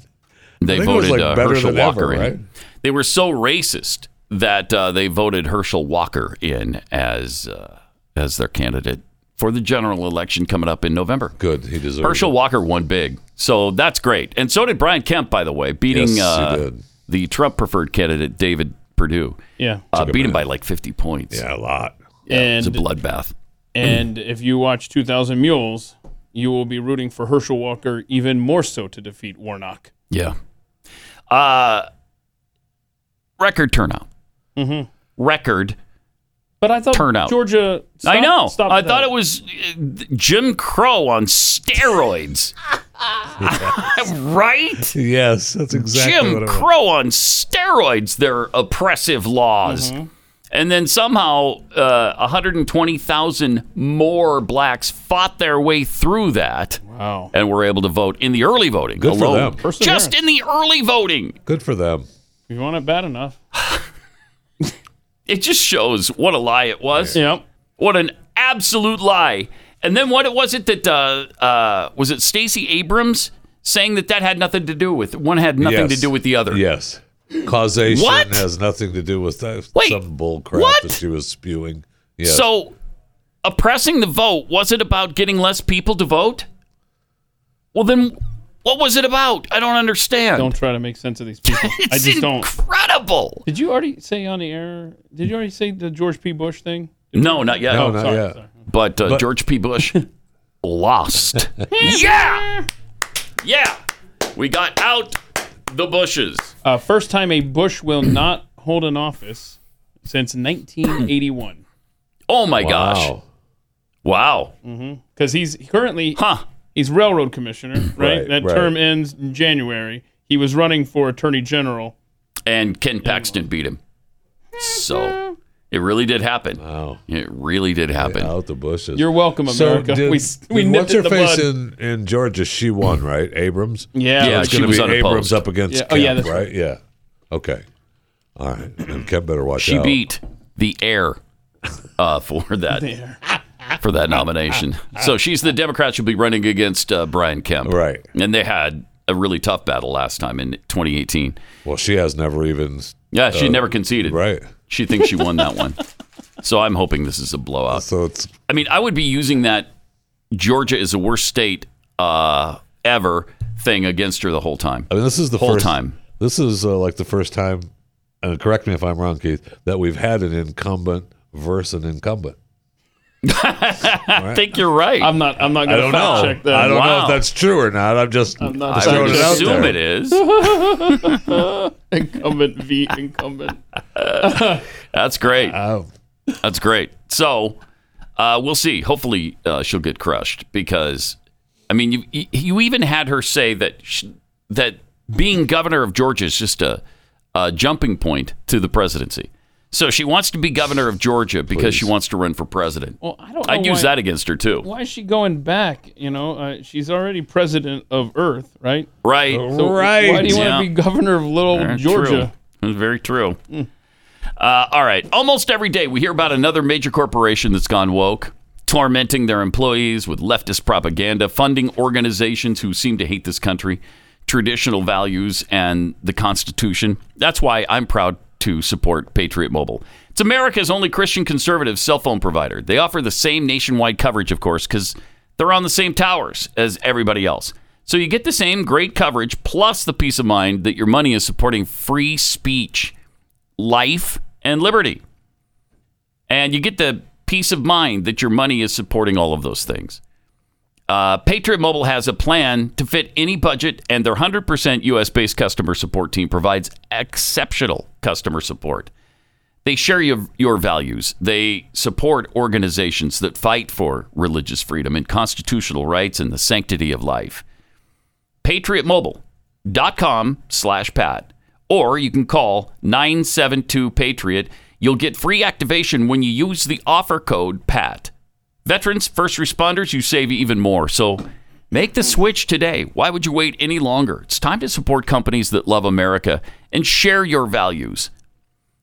C: it was,
B: voted
C: like,
B: uh,
C: better
B: Herschel
C: than ever,
B: Walker in.
C: right?
B: They were so racist that uh, they voted Herschel Walker in as uh, as their candidate for the general election coming up in November.
C: Good, he deserves.
B: Herschel Walker won big, so that's great. And so did Brian Kemp, by the way, beating
C: Yes, he
B: uh,
C: did.
B: the Trump preferred candidate David Perdue.
E: Yeah.
B: uh,
E: Took a
B: beat him by like fifty points. Yeah,
C: a lot.
B: Yeah, it was a
E: And-
B: bloodbath.
E: And if you watch 2000 Mules, you will be rooting for Herschel Walker even more so to defeat Warnock.
B: Yeah. Uh, record turnout.
E: Mm-hmm.
B: Record
E: But I thought
B: turnout.
E: Georgia.
B: I
E: stopped-
B: know.
E: stopped
B: I
E: that.
B: thought it was uh, Jim Crow on steroids. right?
C: Yes, that's exactly
B: Jim
C: what I meant.
B: Crow on steroids, their oppressive laws. And then somehow uh, 120,000 more blacks fought their way through that
E: wow.
B: and were able to vote in the early voting
C: Good for
B: alone.
C: them.
B: Just in the early voting.
C: Good for them.
E: If you want it bad enough.
B: It just shows what a lie it was.
E: Yep.
B: What an absolute lie. And then what was it that uh, uh, was it Stacey Abrams saying that that had nothing to do with one had nothing to
C: Yes.
B: do with the other.
C: Yes. Causation
B: What?
C: has nothing to do with that.
B: Wait,
C: some bull crap
B: what?
C: that she was spewing. Yes.
B: So oppressing the vote was it about getting less people to vote? Well then what was it about? I don't understand.
E: Don't try to make sense of these people. I just don't.
B: Incredible.
E: Did you already say on the air? Did you already say the George P. Bush thing?
B: No, not yet.
E: No, Oh, not sorry, yet. sorry.
B: But, uh, George P. Bush lost. yeah. Yeah. We got out the bushes.
E: Uh, first time a Bush will not hold an office since 1981.
B: Oh my gosh. Wow.
E: Because he's currently
B: huh.
E: He's railroad commissioner, right?
B: Right,
E: that
B: right.
E: term ends in January. He was running for attorney general.
B: And Ken Paxton beat him. So it really did happen. Wow. It really did happen.
C: out the bushes.
E: You're welcome, America.
C: did-
E: we we
C: did what's
E: nipped it
C: her
E: in the
C: face in,
E: bud.
C: in Georgia? She won, right? Abrams.
E: Yeah. Yeah,
C: it's
E: she
C: going to
E: was
C: be
E: unopposed.
C: Abrams up against.
E: Yeah. Oh, yeah,
C: Kemp,
E: that's
C: right.
E: right.
C: Yeah. Okay. All right. And Kemp better watch
B: She
C: out.
B: beat the heir uh, for that for that nomination. So she's the Democrat. She'll be running against uh, Brian Kemp. Right. And they had a really tough battle last time in 2018.
C: Well, she has never even.
B: Yeah, she
C: uh,
B: never conceded. Right. She thinks she won that one. So I'm hoping this is a blowout. So it's. I mean, I would be using that Georgia is the worst state uh, ever thing against her the whole time.
C: I mean, this is the
B: whole
C: first
B: time.
C: This is uh, like the first time, and correct me if I'm wrong, Keith, that we've had an incumbent versus an incumbent.
B: I think you're right.
E: I'm not. I'm not
C: I
E: going
C: don't
E: to fact
C: know.
E: check that.
C: I don't know if that's true or not. I'm just
E: not
C: throwing
E: sure.
C: it out
E: Assume
C: there.
B: it is.
E: incumbent v incumbent.
B: That's great.
C: Oh,
B: That's great. So uh, we'll see. Hopefully, uh, she'll get crushed because, I mean, you you- you even had her say that sh that being governor of Georgia is just a, a jumping point to the presidency. So she wants to be governor of Georgia because she wants to run for president.
E: Well, I don't. Know
B: I'd use
E: why-
B: that against her too.
E: Why is she going back? You know, uh, she's already president of Earth, right?
B: Right.
E: So Why do you
B: Yeah.
E: want to be governor of little
B: Very
E: Georgia?
B: True. That's very true. Uh, all right. Almost every day we hear about another major corporation that's gone woke, tormenting their employees with leftist propaganda, funding organizations who seem to hate this country, traditional values, and the Constitution. That's why I'm proud to support Patriot Mobile. It's America's only Christian conservative cell phone provider. They offer the same nationwide coverage, of course, because they're on the same towers as everybody else. So you get the same great coverage plus the peace of mind that your money is supporting free speech, life, and liberty. And you get the peace of mind that your money is supporting all of those things. Uh, Patriot Mobile has a plan to fit any budget, and their 100% US based customer support team provides exceptional customer support. They share your, your values. They support organizations that fight for religious freedom and constitutional rights and the sanctity of life. PatriotMobile.com slash Pat. Or you can call 972 Patriot. You'll get free activation when you use the offer code PAT. Veterans, first responders, you save even more. So make the switch today. Why would you wait any longer? It's time to support companies that love America and share your values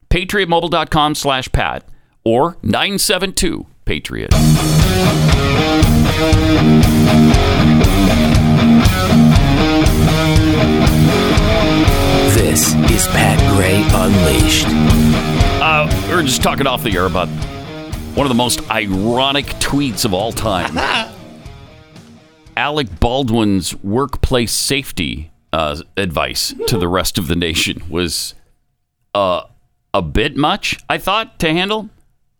B: patriotmobile.com slash pat or 972 patriot
P: This is Pat Gray Unleashed.
B: uh, we were just talking off the air about one of the most ironic tweets of all time alec baldwin's workplace safety uh, advice to the rest of the nation was uh, a bit much i thought to handle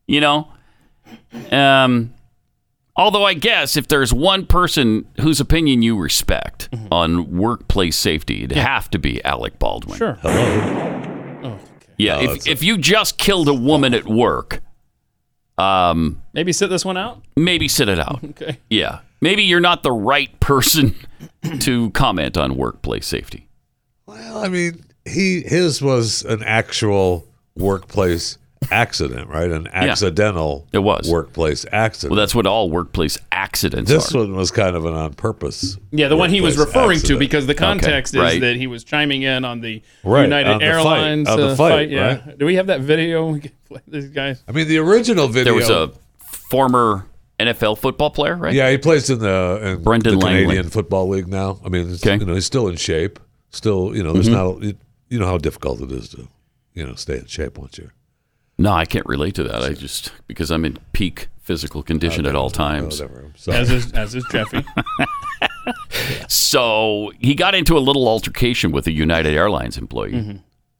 B: you know um, Although I guess if there's one person whose opinion you respect on workplace safety, it'd have to be Alec Baldwin.
E: Sure. Oh,
B: Yeah, if, if you just killed a woman at work, um,
E: Maybe sit this one out.
B: maybe sit it out.
E: Okay.
B: Yeah, maybe you're not the right person to comment on workplace safety.
C: Well, I mean, he his was an actual workplace accident, right? An accidental
B: It was
C: workplace accident.
B: Well, that's what all workplace accidents
C: This
B: are.
C: one was kind of an on purpose.
E: Yeah, the one he was
C: workplace
E: referring to
C: accident.
E: because the
C: Okay,
E: context is
C: right.
E: that he was chiming in on the
C: Right,
E: United
C: on the fight,
E: Airlines
C: on the
E: uh,
C: fight,
E: Yeah. Do we have that video? We can play these guys.
C: I mean, the original video.
B: There was a former NFL football player, right?
C: Yeah, he plays in the in
B: Brendan
C: the Canadian
B: Langley.
C: Football League now. I mean, it's- you know, he's still in shape. Still, you know, there's
B: Mhm.
C: not. It, you know how difficult it is to, you know, stay in shape once you're.
B: No, I can't relate to that. I just because I'm in peak physical condition
C: Oh,
B: at all times.
E: As is as is Jeffy.
B: So he got into a little altercation with a United Airlines employee.
C: Mm-hmm.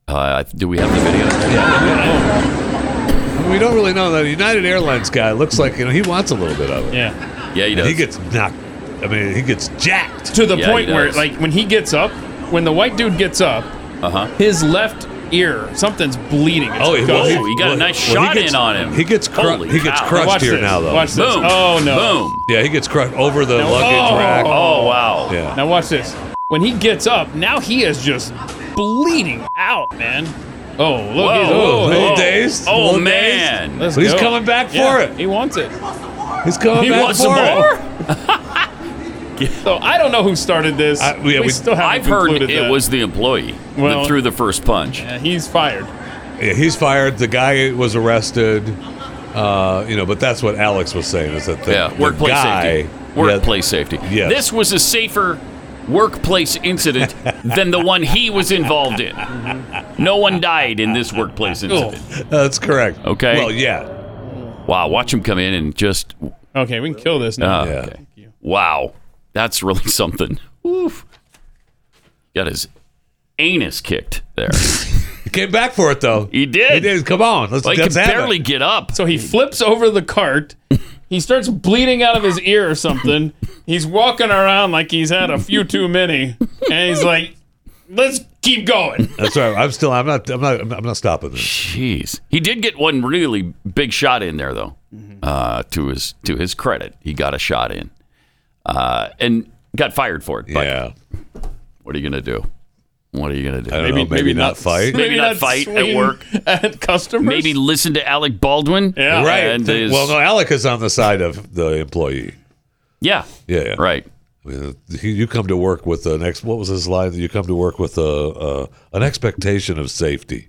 B: Uh, do we have the video?
C: I mean, we don't really know that United Airlines guy looks like you know he wants a little bit of it.
E: Yeah.
B: Yeah, he
C: does. He gets knocked. I mean, he gets jacked
E: to the point where, like, when he gets up, when the white dude gets up,
B: uh-huh.
E: his left ear, something's bleeding. It's
C: Oh, he-
E: gone.
C: well, he- Oh, he got a well, nice well, he shot gets- in on him. he gets cru-
E: Holy
C: he gets
E: cow.
C: crushed
E: Watch
C: here
E: this.
C: now, though.
E: Watch this.
C: Boom.
E: Oh no.
B: Boom.
C: Yeah, he gets crushed over the
E: No.
C: luggage
E: oh,
C: rack.
B: Oh, wow.
C: Yeah.
E: Now watch this. When he gets up, now he is just bleeding out, man. Oh, look.
B: Whoa.
E: he's,
B: Whoa,
E: oh,
B: a little
E: oh.
B: dazed, a
E: Oh,
B: little
E: man.
B: dazed.
E: Let's
B: But he's
E: go.
B: coming back for
E: Yeah,
B: it.
E: He wants it.
C: He's coming
E: he
C: back
E: wants
C: for
E: some
C: it.
E: more? so I don't know who started this.
B: I- yeah,
E: we,
B: we-
E: still haven't
B: I've heard
E: concluded
B: it
E: that.
B: was the employee
E: Well-
B: that threw the first punch.
E: Yeah, he's fired.
C: Yeah, he's fired. The guy was arrested. Uh, you know, but that's what Alex was saying is that the,
B: Yeah,
C: the
B: workplace
C: guy,
B: safety. Workplace safety.
C: Yes.
B: This was a safer workplace incident than the one he was involved in. No one died in this workplace incident.
C: That's correct.
B: Okay.
C: Well, yeah.
B: Wow, watch him come in and just.
E: Okay, we can kill this now.
B: Ah, okay. Wow, that's really something. Oof. Got his anus kicked there.
C: He came back for it though.
B: He did.
C: He did. Come on, let's,
B: Well, he
C: let's
B: could
C: have
B: barely
C: it.
B: get up.
E: So he flips over the cart. He starts bleeding out of his ear or something. He's walking around like he's had a few too many, and he's like, "Let's keep going."
C: That's right. I'm still. I'm not. I'm not. I'm not stopping this.
B: Jeez, he did get one really big shot in there though.
E: Mm-hmm.
B: Uh, to his to his credit, he got a shot in, uh, and got fired for it. Yeah. What are you gonna do? What are you gonna do?
C: I don't know, maybe not fight.
B: Maybe, not, fight at
E: swing
B: work.
E: at customers.
B: Maybe listen to Alec Baldwin.
E: Yeah.
C: Right.
B: And his-
C: well, no, Alec is on the side of the employee.
B: Yeah.
C: Yeah. yeah.
B: Right.
C: I mean, he- you come to work with the next. What was his line? That you come to work with a, uh an expectation of safety.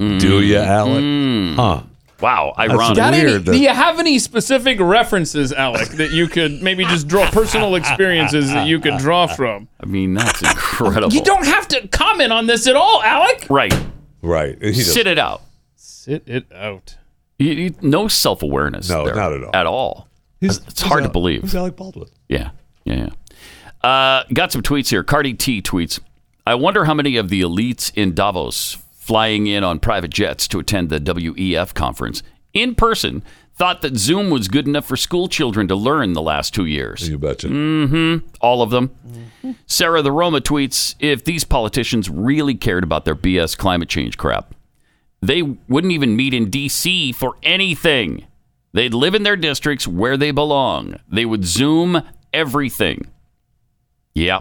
B: Mm.
C: Do you, Alec? Huh?
B: Wow.
C: That's
B: Ironic.
E: Got any-
C: weird that-
E: do you have any specific references, Alec, that you could maybe just draw personal experiences that you could draw from?
B: I mean, that's incredible.
E: You don't have to comment on this at all, Alec.
B: Right.
C: Right. He does-
B: Sit it out.
E: Sit it out.
B: You, you, no self awareness. No, not at all. At all. it's hard to believe.
C: Who's Alec Baldwin?
B: Yeah, yeah, yeah. Uh, got some tweets here. Cardi T tweets. I wonder how many of the elites in Davos flying in on private jets to attend the WEF conference in person thought that Zoom was good enough for school children to learn the last two years. You
C: betcha.
B: Mm-hmm. All of them. Sarah the Roma tweets, if these politicians really cared about their BS climate change crap, they wouldn't even meet in D.C. for anything. They'd live in their districts where they belong. They would Zoom everything. Yeah.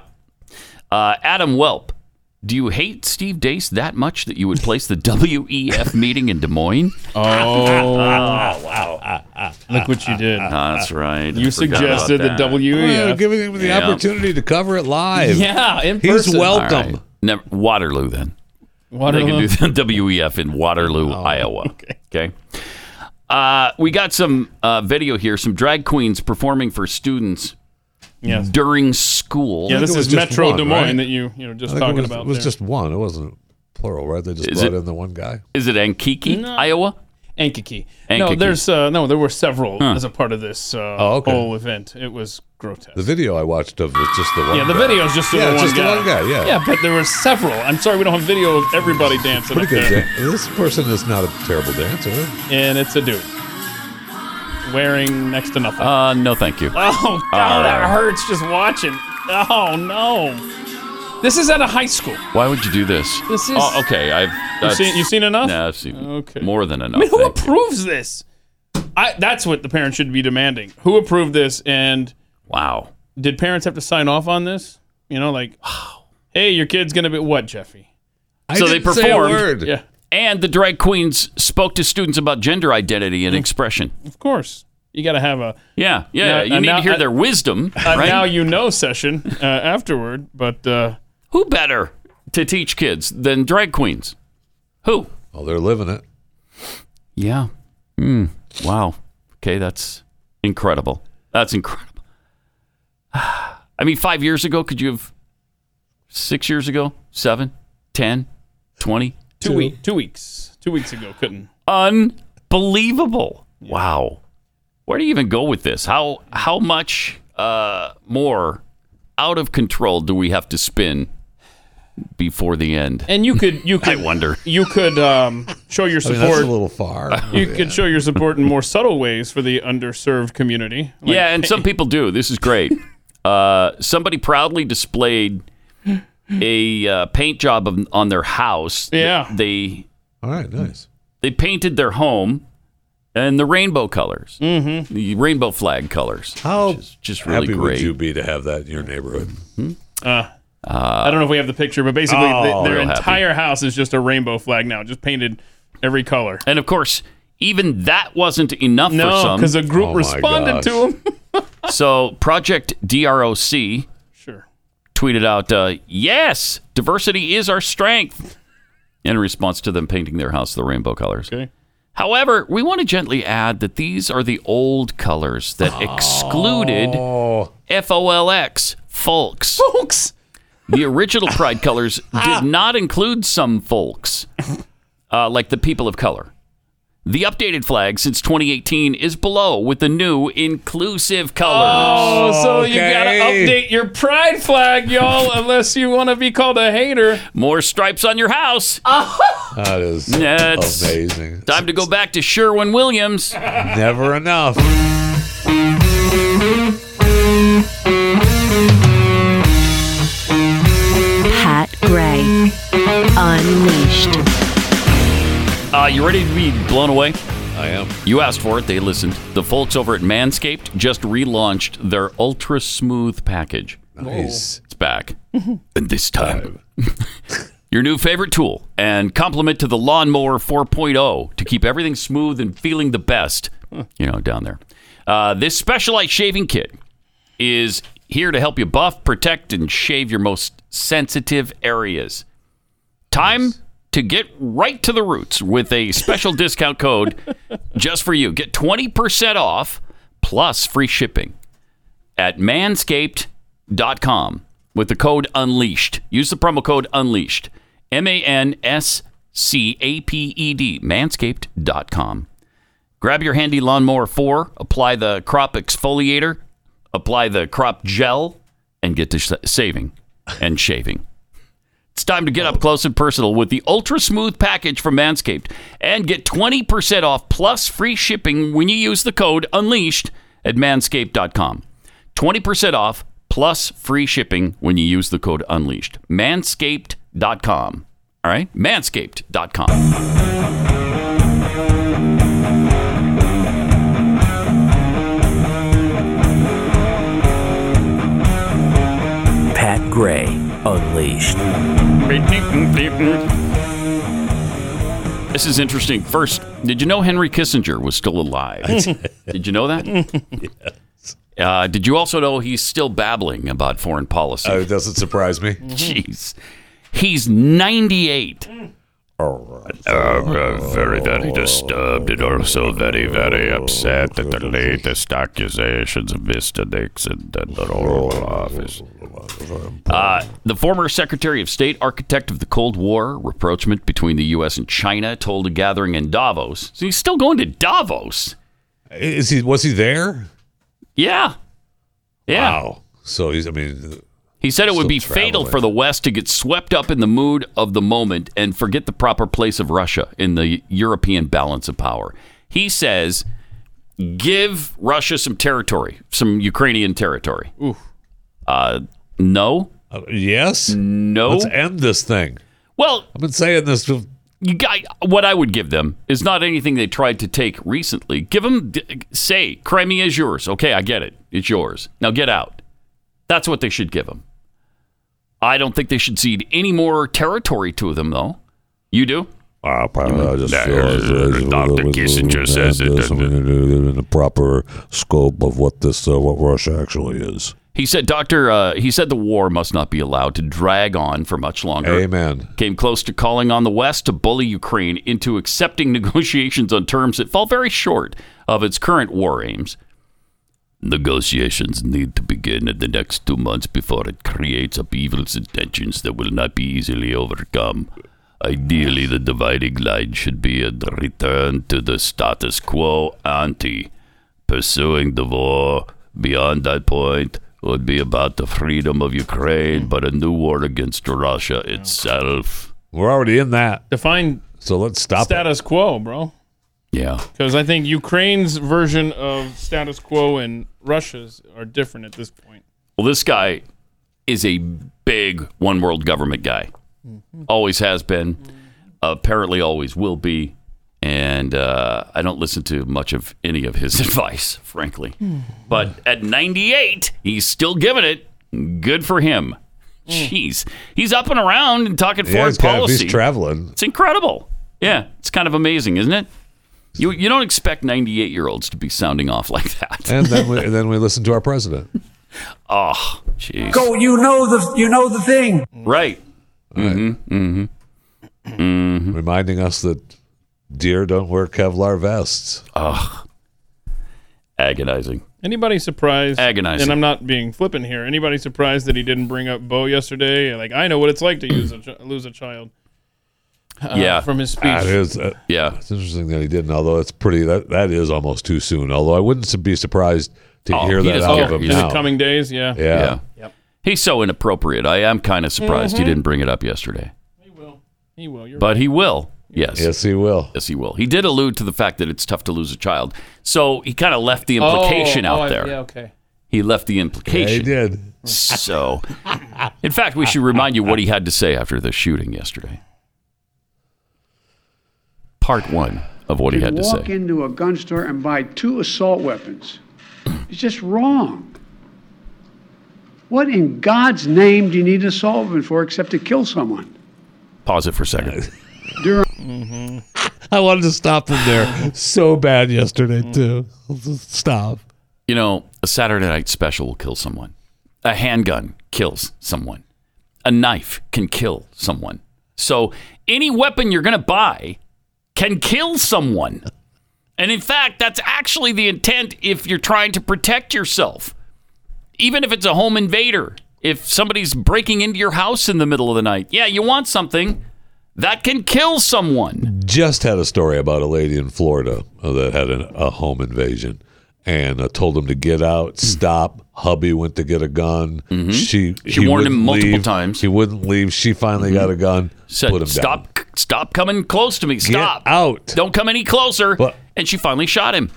B: Uh, Adam Welp, do you hate Steve Dace that much that you would place the WEF meeting in Des Moines?
C: Oh,
E: wow. Look what you did.
B: That's right.
E: You
B: I forgot about
E: suggested the E
B: that.
E: WEF.
C: Well, giving him the
B: Yeah.
C: opportunity to cover it live.
E: Yeah, in
C: He's
E: person.
C: welcome.
B: All right. Never, Waterloo then.
E: Waterloo?
B: They can do the WEF in Waterloo,
E: Oh,
B: Iowa. Okay. Uh, we got some uh, video here. Some drag queens performing for students
E: Yes.
B: during school.
E: Yeah, this
C: It was
E: is
C: just
E: Metro
C: one,
E: Des Moines
C: right?
E: that you you know just
C: I think
E: talking
C: it was,
E: about.
C: It was
E: there.
C: just one. It wasn't plural, right? They just
B: Is
C: brought
B: it-
C: in the one guy.
B: Is it Ankiki,
E: No.
B: Iowa?
E: Ankiki. No,
B: Ankiki.
E: there's uh, no, there were several
C: Huh.
E: as a part of this uh,
C: Oh, okay.
E: whole event. It was grotesque.
C: The video I watched of was just the one.
E: yeah, the
C: guy.
E: video's just the
C: yeah,
E: one
C: just
E: guy.
C: the one guy. Yeah.
E: yeah, but there were several. I'm sorry, we don't have video of everybody dancing.
C: Pretty
E: up
C: good.
E: there.
C: Dan- this person is not a terrible dancer.
E: And it's a dude wearing next to nothing.
B: Uh, no, thank you.
E: Oh god,
B: All
E: that
B: right.
E: hurts just watching. Oh no, this is at a high school.
B: Why would you do this?
E: This is-
B: Oh, okay, I've. that's-
E: seen- you've seen enough?
B: Nah, I've seen
E: Okay.
B: more than enough.
E: I mean, who
B: Thank-
E: approves this? I, that's what the parents should be demanding. Who approved this? And
B: wow,
E: did parents have to sign off on this? You know, like, hey, your kid's gonna be what, Jeffy?
B: so they performed.
E: Yeah,
B: And the drag queens spoke to students about gender identity
E: Mm.
B: and expression.
E: of course. You got to have a
B: Yeah, yeah.
E: Now-
B: you
E: and
B: need
E: now-
B: to hear
E: uh,
B: their wisdom,
E: a
B: right?
E: now you know session uh, afterward. But uh,
B: who better to teach kids than drag queens? Who?
C: Well, they're living it.
B: Yeah. Mm. Wow. Okay, that's incredible. That's incredible. I mean, five years ago, could you have? Six years ago, seven, ten, twenty.
E: two, week, two weeks, two weeks ago, couldn't.
B: Unbelievable! Wow. Where do you even go with this? How how much uh, more out of control do we have to spin before the end?
E: And you could you
B: could I wonder.
E: You could um, show your
C: I mean,
E: support.
C: that's a little far.
E: you could show your support in more subtle ways for the underserved community. Like,
B: yeah, and some people do. This is great. Uh, somebody proudly displayed a uh, paint job of, on their house.
E: Yeah.
B: They
C: All right, nice.
B: they painted their home and the rainbow colors, mm-hmm. the rainbow flag colors.
C: How
B: just really
C: happy
B: great.
C: would you be to have that in your neighborhood?
E: Uh, I don't know if we have the picture, but basically,
C: Oh,
E: th- their
C: real happy.
E: entire house is just a rainbow flag now, just painted every color.
B: And of course, even that wasn't enough for
E: No,
B: some.
E: because a
C: Oh,
E: group responded to him.
B: so Project DROC
E: Sure.
B: tweeted out, uh, "Yes, diversity is our strength." In response to them painting their house the rainbow colors.
E: Okay.
B: However, we want to gently add that these are the old
E: Oh.
B: colors that excluded FOLX, folks.
E: Folks,
B: The original pride colors did not include some folks, uh, like the people of color. The updated flag since 2018 is below with the new inclusive colors.
E: Oh, so you gotta update your pride flag, y'all, unless you want to be called a hater.
B: More stripes on your house.
C: That is
B: That's
C: amazing.
B: Time to go back to Sherwin Williams.
C: Never enough.
B: Oh.
A: Pat Gray Unleashed.
B: Uh, you ready to be blown away?
C: I am.
B: You asked for it. They listened. The folks over at Manscaped just relaunched their ultra smooth package.
C: Nice.
B: It's back. and this time, your new favorite tool and complement to the Lawnmower 4.0 to keep everything smooth and feeling the best, you know, down there. Uh, this specialized shaving kit is here to help you buff, protect, and shave your most sensitive areas. Time to get right to the roots with a special discount code just for you. Get 20% off plus free shipping at manscaped.com with the code unleashed. Use the promo code unleashed. M A N S C A P E D, manscaped.com. Grab your handy lawnmower 4, apply the crop exfoliator, apply the crop gel, and get to sh- saving and shaving. It's time to get up close and personal with the ultra smooth package from Manscaped and get 20% off plus free shipping when you use the code unleashed at manscaped.com. 20% off plus free shipping when you use the code unleashed. Manscaped.com. All right? Manscaped.com.
P: Pat Gray Unleashed.
B: This is interesting. First, did you know Henry Kissinger was still alive? did you know that? Uh, did you also know he's still babbling about foreign policy?
C: Uh, it doesn't surprise me.
B: Jeez. He's 98.
Q: Oh, very, very disturbed and also very, very upset at the latest accusations of Mr. Nixon and the Oval Office.
B: Uh, the former Secretary of State, architect of the Cold War, rapprochement between the U.S. and China, told a gathering in Davos. So he's still going to Davos.
C: Is he? Was he there?
B: Yeah. Yeah.
C: Wow. So he's. I mean,
B: He said it would
C: Still
B: be fatal
C: traveling.
B: for the West to get swept up in the mood of the moment and forget the proper place of Russia in the European balance of power. He says, give Russia some territory, some Ukrainian territory. Uh, no.
C: uh, yes.
B: No.
C: Let's end this thing.
B: Well,
C: I've been saying this. for-
B: you got, what I would give them is not anything they tried to take recently. Give them, say, Crimea is yours. Okay, I get it. It's yours. Now get out. That's what they should give them. I don't think they should cede any more territory to them, though. You do?
F: Uh, probably, I
Q: just feel like there's- Dr. Kissinger says it
F: this in the proper scope of what this uh, what Russia actually is.
B: He said, Doctor, uh, he said the war must not be allowed to drag on for much longer.
C: Amen.
B: Came close to calling on the West to bully Ukraine into accepting negotiations on terms that fall very short of its current war aims. Negotiations need to begin in the next two months before it creates upheavals and tensions that will not be easily overcome. Ideally, the dividing line should be a return to the status quo ante. Pursuing the war beyond that point would be about the freedom of Ukraine, but a new war against Russia itself.
C: We're already in that.
E: Define
C: So let's stop it.
E: status quo, bro.
B: Yeah.
E: Because I think Ukraine's version of status quo and Russia's are different at this point.
B: Well, this guy is a big one world government guy. Always has been. Apparently, always will be. And uh, I don't listen to much of any of his advice, frankly. But at 98, he's still giving it. Good for him. Jeez. He's up and around and talking
C: Yeah,
B: foreign
C: he's, kind of-
B: policy.
C: he's traveling.
B: It's incredible. Yeah, it's kind of amazing, isn't it? You, you don't expect 98 year olds to be sounding off like that.
C: And then we, and then we listen to our president.
B: Mm-hmm. Oh, jeez.
P: Go, you know the you know the thing.
B: Right. Mm-hmm. Mm-hmm.
C: reminding us that deer don't wear Kevlar vests.
B: Ugh. Agonizing.
E: Anybody surprised?
B: Agonizing.
E: And I'm not being flippant here. Anybody surprised that he didn't bring up Bo yesterday? Like I know what it's like to use a ch- lose a child. Uh, From his speech.
C: That is, uh,
B: yeah,
C: it's interesting that he didn't. Although it's pretty, that that is almost too soon. Although I wouldn't su- be surprised to
B: Oh,
C: hear
B: he
C: that
B: doesn't
C: out
B: care.
C: of him
B: He
E: in
C: now.
E: the coming days. Yeah.
C: Yeah.
E: Yep.
B: He's so inappropriate. I am kind of surprised
E: Mhm.
B: he didn't bring it up yesterday.
E: He will. You're
B: But he will. Yes.
C: Yes, he will.
B: Yes, he will. He did allude to the fact that it's tough to lose a child. So he kind of left the implication
E: Oh, oh,
B: out
E: I-
B: there.
E: Yeah. Okay.
B: He left the implication.
C: Yeah, he did.
B: So, in fact, we should remind you what he had to say after the shooting yesterday. Part one of what he had to
D: walk
B: say.
D: into a gun store and buy two assault weapons. It's just wrong. What in God's name do you need an assault weapon for except to kill someone?
B: Pause it for a second.
D: During
C: I wanted to stop him there so bad yesterday too.
B: Mm.
C: Stop.
B: You know, a Saturday night special will kill someone. A handgun kills someone. A knife can kill someone. So any weapon you're going to buy can kill someone. And in fact, that's actually the intent if you're trying to protect yourself. Even if it's a home invader, if somebody's breaking into your house in the middle of the night, yeah, you want something that can kill someone.
C: Just had a story about a lady in Florida uh, that had an, a home invasion, and uh, told him to get
B: Mm.
C: out, stop. Hubby went to get a gun. She
B: Mm-hmm. She
C: he
B: warned him
C: wouldn't
B: multiple
C: leave.
B: times. Mm-hmm.
C: He wouldn't leave. She finally got a gun.
B: Said,
C: put him down.
B: stop, stop coming close to me. Stop.
C: out.
B: Don't come any closer. and she finally shot him.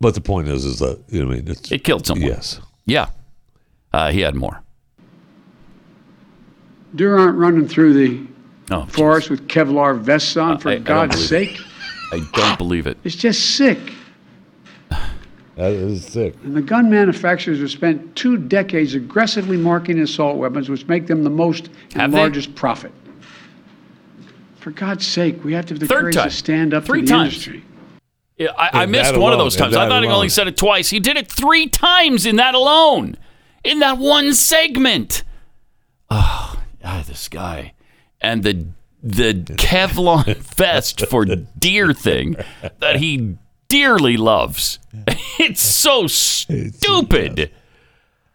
C: But the point is, is that you know, I mean, it's,
B: it killed someone.
C: Yes.
B: Yeah. Uh, he had more.
D: Durant running through the
B: Oh,
D: forest with Kevlar vests on, for
B: Uh, I- I don't
D: God's
B: believe it.
D: sake.
B: I don't believe it.
D: It's just sick.
C: That is sick.
D: And the gun manufacturers have spent two decades aggressively marketing assault weapons, which make them the most and
B: Have they?
D: largest profit. For God's sake, we have to have the
B: Third
D: courage
B: time.
D: to stand up
B: Three
D: to the
B: times.
D: industry.
B: Yeah, I, I
D: And
B: missed
D: that
B: one of
D: alone,
B: those
D: and
B: times. I
D: that
B: thought he
D: alone.
B: only said it twice. He did it three times in that alone, in that one segment. Oh, ah, this guy and the the Kevlar vest for deer thing that he dearly loves. It's so stupid.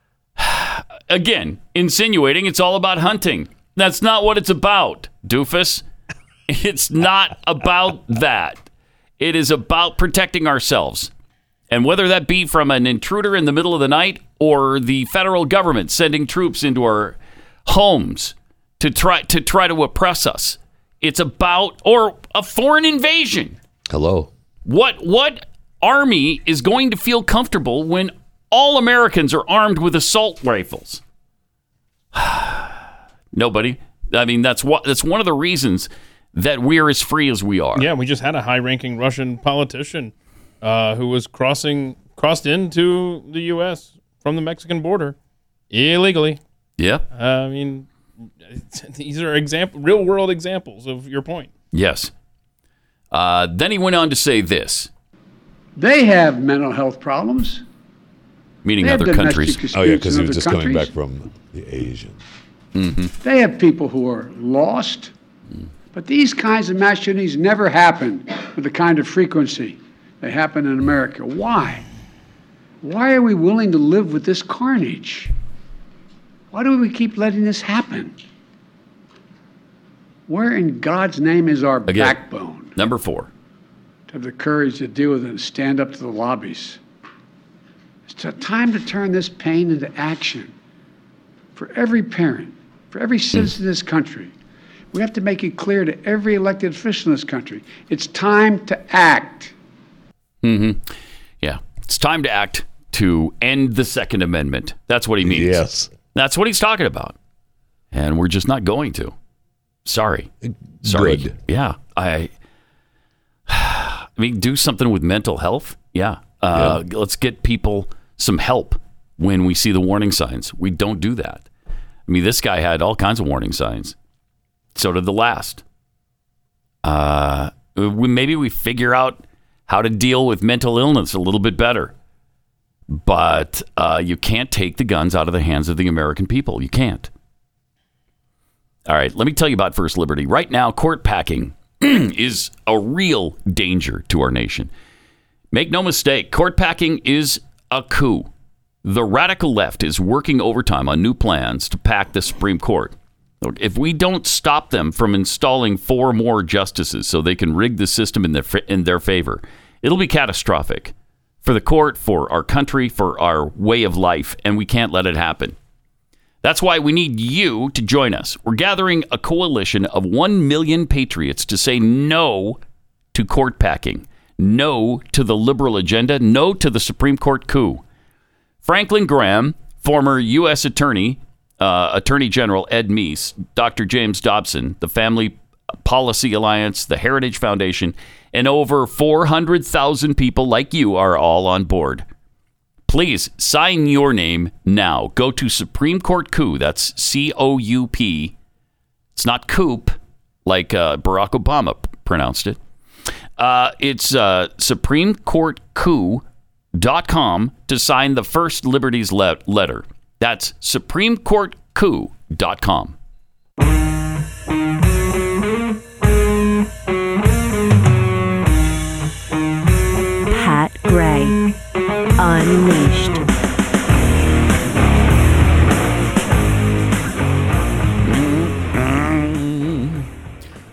B: Again, insinuating it's all about hunting. That's not what it's about, doofus. It's not about that. It is about protecting ourselves. And whether that be from an intruder in the middle of the night or the federal government sending troops into our homes to try to try to oppress us. It's about or a foreign invasion.
C: Hello.
B: What what army is going to feel comfortable when all Americans are armed with assault rifles? Nobody. I mean, that's what that's one of the reasons that we're as free as we are.
E: Yeah, we just had a high-ranking Russian politician uh, who was crossing crossed into the U.S. from the Mexican border illegally.
B: Yeah.
E: I mean, these are example, real-world examples of your point.
B: Yes. Uh, then he went on to say this,
D: They have mental health problems.
B: meaning
D: They have
B: other
D: domestic
B: countries.
D: disputes Oh, yeah, 'cause he in was other just coming countries. back
C: from the Asian.
B: hmm
D: They have people who are lost. But these kinds of mass shootings never happen with the kind of frequency they happen in America. Why? Why are we willing to live with this carnage? Why do we keep letting this happen? Where in God's name is our
B: Again.
D: backbone
B: Number four.
D: to have the courage to deal with it and stand up to the lobbies? It's t- time to turn this pain into action for every parent, for every citizen in this country. We have to make it clear to every elected official in this country it's time to act.
B: hmm Yeah. It's time to act to end the Second Amendment. That's what he means.
C: Yes.
B: That's what he's talking about. And we're just not going to. Sorry. Sorry.
C: Good.
B: Yeah. I I mean, do something with mental health. Yeah. Uh, Let's get people some help when we see the warning signs. We don't do that. I mean, this guy had all kinds of warning signs. So did the last. Uh, we, maybe we figure out how to deal with mental illness a little bit better. But uh, you can't take the guns out of the hands of the American people. You can't. All right, let me tell you about First Liberty. Right now, court packing is a real danger to our nation. Make no mistake, court packing is a coup. The radical left is working overtime on new plans to pack the Supreme Court. If we don't stop them from installing four more justices so they can rig the system in their, in their favor, it'll be catastrophic for the court, for our country, for our way of life, and we can't let it happen. That's why we need you to join us. We're gathering a coalition of 1 million patriots to say no to court packing, no to the liberal agenda, no to the Supreme Court coup. Franklin Graham, former U.S. Attorney, uh, Attorney General Ed Meese, Dr. James Dobson, the Family Policy Alliance, the Heritage Foundation, and over 400,000 people like you are all on board. Please sign your name now. Go to Supreme Court Coup. That's C O U P. It's not coop like uh, Barack Obama p- pronounced it. Uh, it's uh, supremecourtcoup.com to sign the first liberties le- letter. That's supremecourtcoup.com.
A: Pat Gray Unleashed.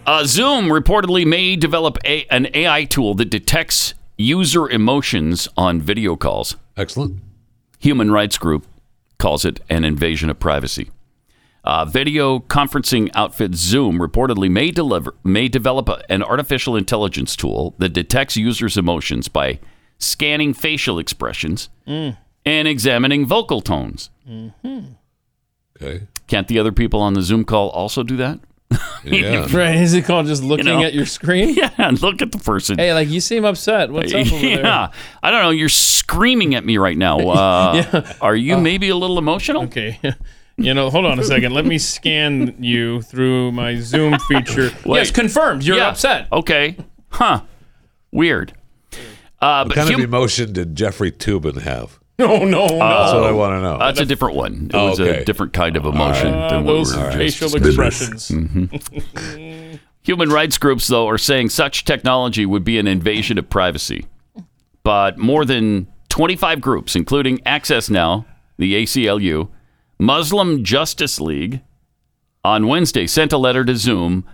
B: Uh, Zoom reportedly may develop a, an AI tool that detects user emotions on video calls.
C: Excellent.
B: Human rights group calls it an invasion of privacy. Uh, video conferencing outfit Zoom reportedly may deliver may develop a- an artificial intelligence tool that detects users' emotions by scanning facial expressions
E: Mm.
B: and examining vocal tones.
C: Okay.
B: Can't the other people on the Zoom call also do that?
E: Yeah. Right, is it called just looking at your screen?
B: Yeah, look at the person.
E: Hey, like you seem upset. What's up over
B: yeah,
E: there?
B: I don't know. You're screaming at me right now. Uh, Are you maybe a little emotional?
E: Okay. You know, hold on a second. Let me scan you through my Zoom feature. yes,
B: Wait.
E: confirmed. You're
B: Yeah.
E: upset.
B: Okay. Huh. Weird. Uh,
C: What kind of emotion did Jeffrey Tubin have?
E: No, no, no.
B: Uh,
C: That's what I want to know.
B: Oh, That's a different one. It
C: Oh,
B: was
C: okay.
B: a different kind of emotion
E: Ah,
B: than what
E: those
B: we were Hmm.
E: facial
B: just-
E: expressions.
B: Mhm. Human rights groups, though, are saying such technology would be an invasion of privacy. But more than 25 groups, including Access Now, the ACLU, Muslim Justice League, on Wednesday sent a letter to Zoom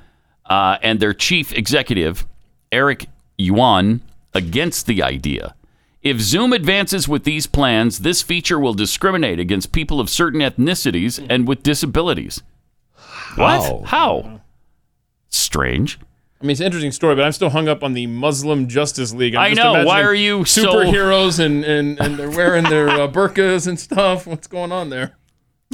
B: uh, and their chief executive, Eric Yuan, against the idea. If Zoom advances with these plans, this feature will discriminate against people of certain ethnicities and with disabilities.
E: How?
B: What? How? Strange.
E: I mean, it's an interesting story, but I'm still hung up on the Muslim Justice League. I'm
B: I
E: just
B: know. Why
E: imagining
B: are you so-
E: superheroes and, and, and they're wearing their uh, burqas and stuff? What's going on there?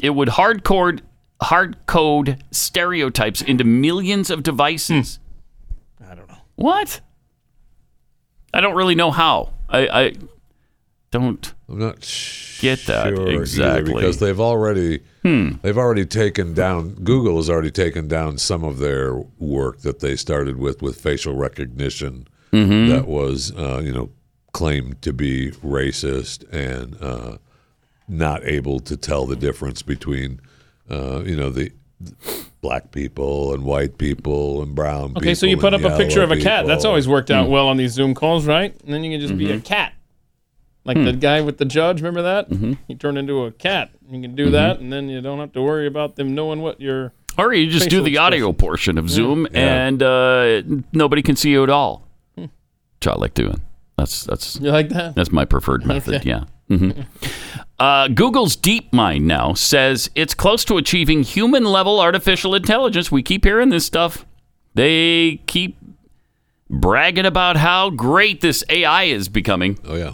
B: It would hardcore hard code stereotypes into millions of devices. I don't know. What? I don't really know how. I, I don't
C: I'm not
B: get that
C: sure either,
B: exactly.
C: because they've already
B: Hmm.
C: they've already taken down Google has already taken down some of their work that they started with with facial recognition
E: Mm-hmm.
B: Mhm.
C: that was uh, you know claimed to be racist and uh, not able to tell the difference between uh, you know the black people and white people and brown people.
E: Okay, so you put up
C: and
E: a picture of a
C: yellow
E: cat. That's
C: people.
E: always worked out
C: Hmm.
E: well on these Zoom calls, right? And then you can just be a
C: Mhm.
E: cat. Like
C: Hmm.
E: the guy with the judge, remember that?
C: Mm-hmm.
E: He turned into a cat. You can do that, and then you don't have to worry about them knowing what you're.
B: Or you just do
E: Facial
B: the audio portion of Zoom,
E: Yeah.
B: and uh, nobody can see you at all. Which I like doing. That's that's
E: You like that?
B: That's my preferred method.
E: Okay.
B: Yeah. Mhm. Uh, Google's DeepMind now says it's close to achieving human level artificial intelligence. We keep hearing this stuff. They keep bragging about how great this AI is becoming.
C: Oh yeah.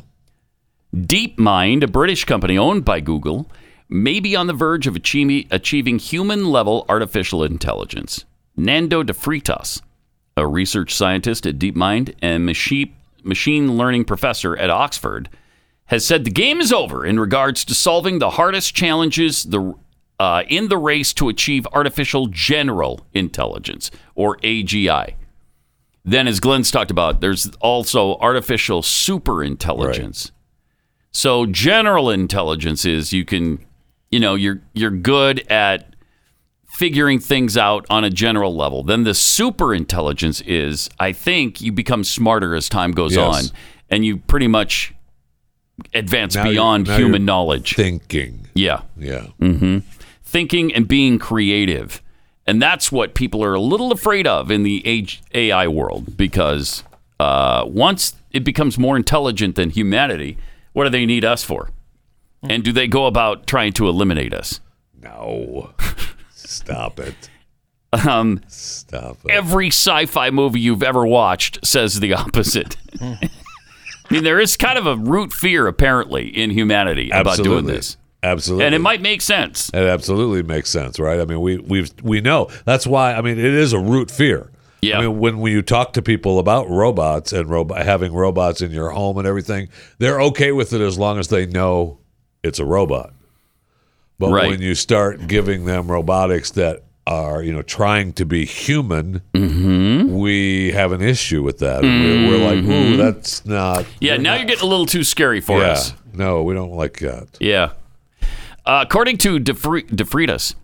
B: DeepMind, a British company owned by Google, may be on the verge of achieving, achieving human level artificial intelligence. Nando de Freitas, a research scientist at DeepMind and machine, machine learning professor at Oxford, has said the game is over in regards to solving the hardest challenges the, uh, in the race to achieve artificial general intelligence, or AGI. Then, as Glenn's talked about, there's also artificial super intelligence. So general intelligence is you can, you know, you're you're good at figuring things out on a general level. Then the super intelligence is, I think, you become smarter as time goes
C: Yes.
B: on, and you pretty much advance
C: Now you're-
B: beyond
C: now
B: human
C: you're
B: knowledge. Thinking. Yeah.
C: Yeah.
B: hmm Thinking and being creative. And that's what people are a little afraid of in the age AI world because uh, once it becomes more intelligent than humanity, what do they need us for?
C: Hmm.
B: And do they go about trying to eliminate us? No. Stop it. Um, Stop it. Every sci fi movie you've ever watched says the opposite. I mean, there is kind of a root fear apparently in humanity about
C: Absolutely.
B: doing this.
C: Absolutely.
B: And it might make sense.
C: It absolutely makes sense, right? I mean, we we've we know that's why. I mean, it is a root fear. Yeah. I mean, when when you talk to people about robots and robot having robots in your home and everything, they're okay with it as long as they know it's a robot. But
B: Right.
C: when you start giving them robotics that are you know trying to be human,
B: Mm-hmm.
C: we have an issue with that. And We're, we're like,
B: Mhm.
C: ooh, that's not.
B: Yeah, now you're getting a little too scary for
C: yeah,
B: us.
C: no, we don't like that.
B: Yeah. Uh, according to DeFri- DeFritas,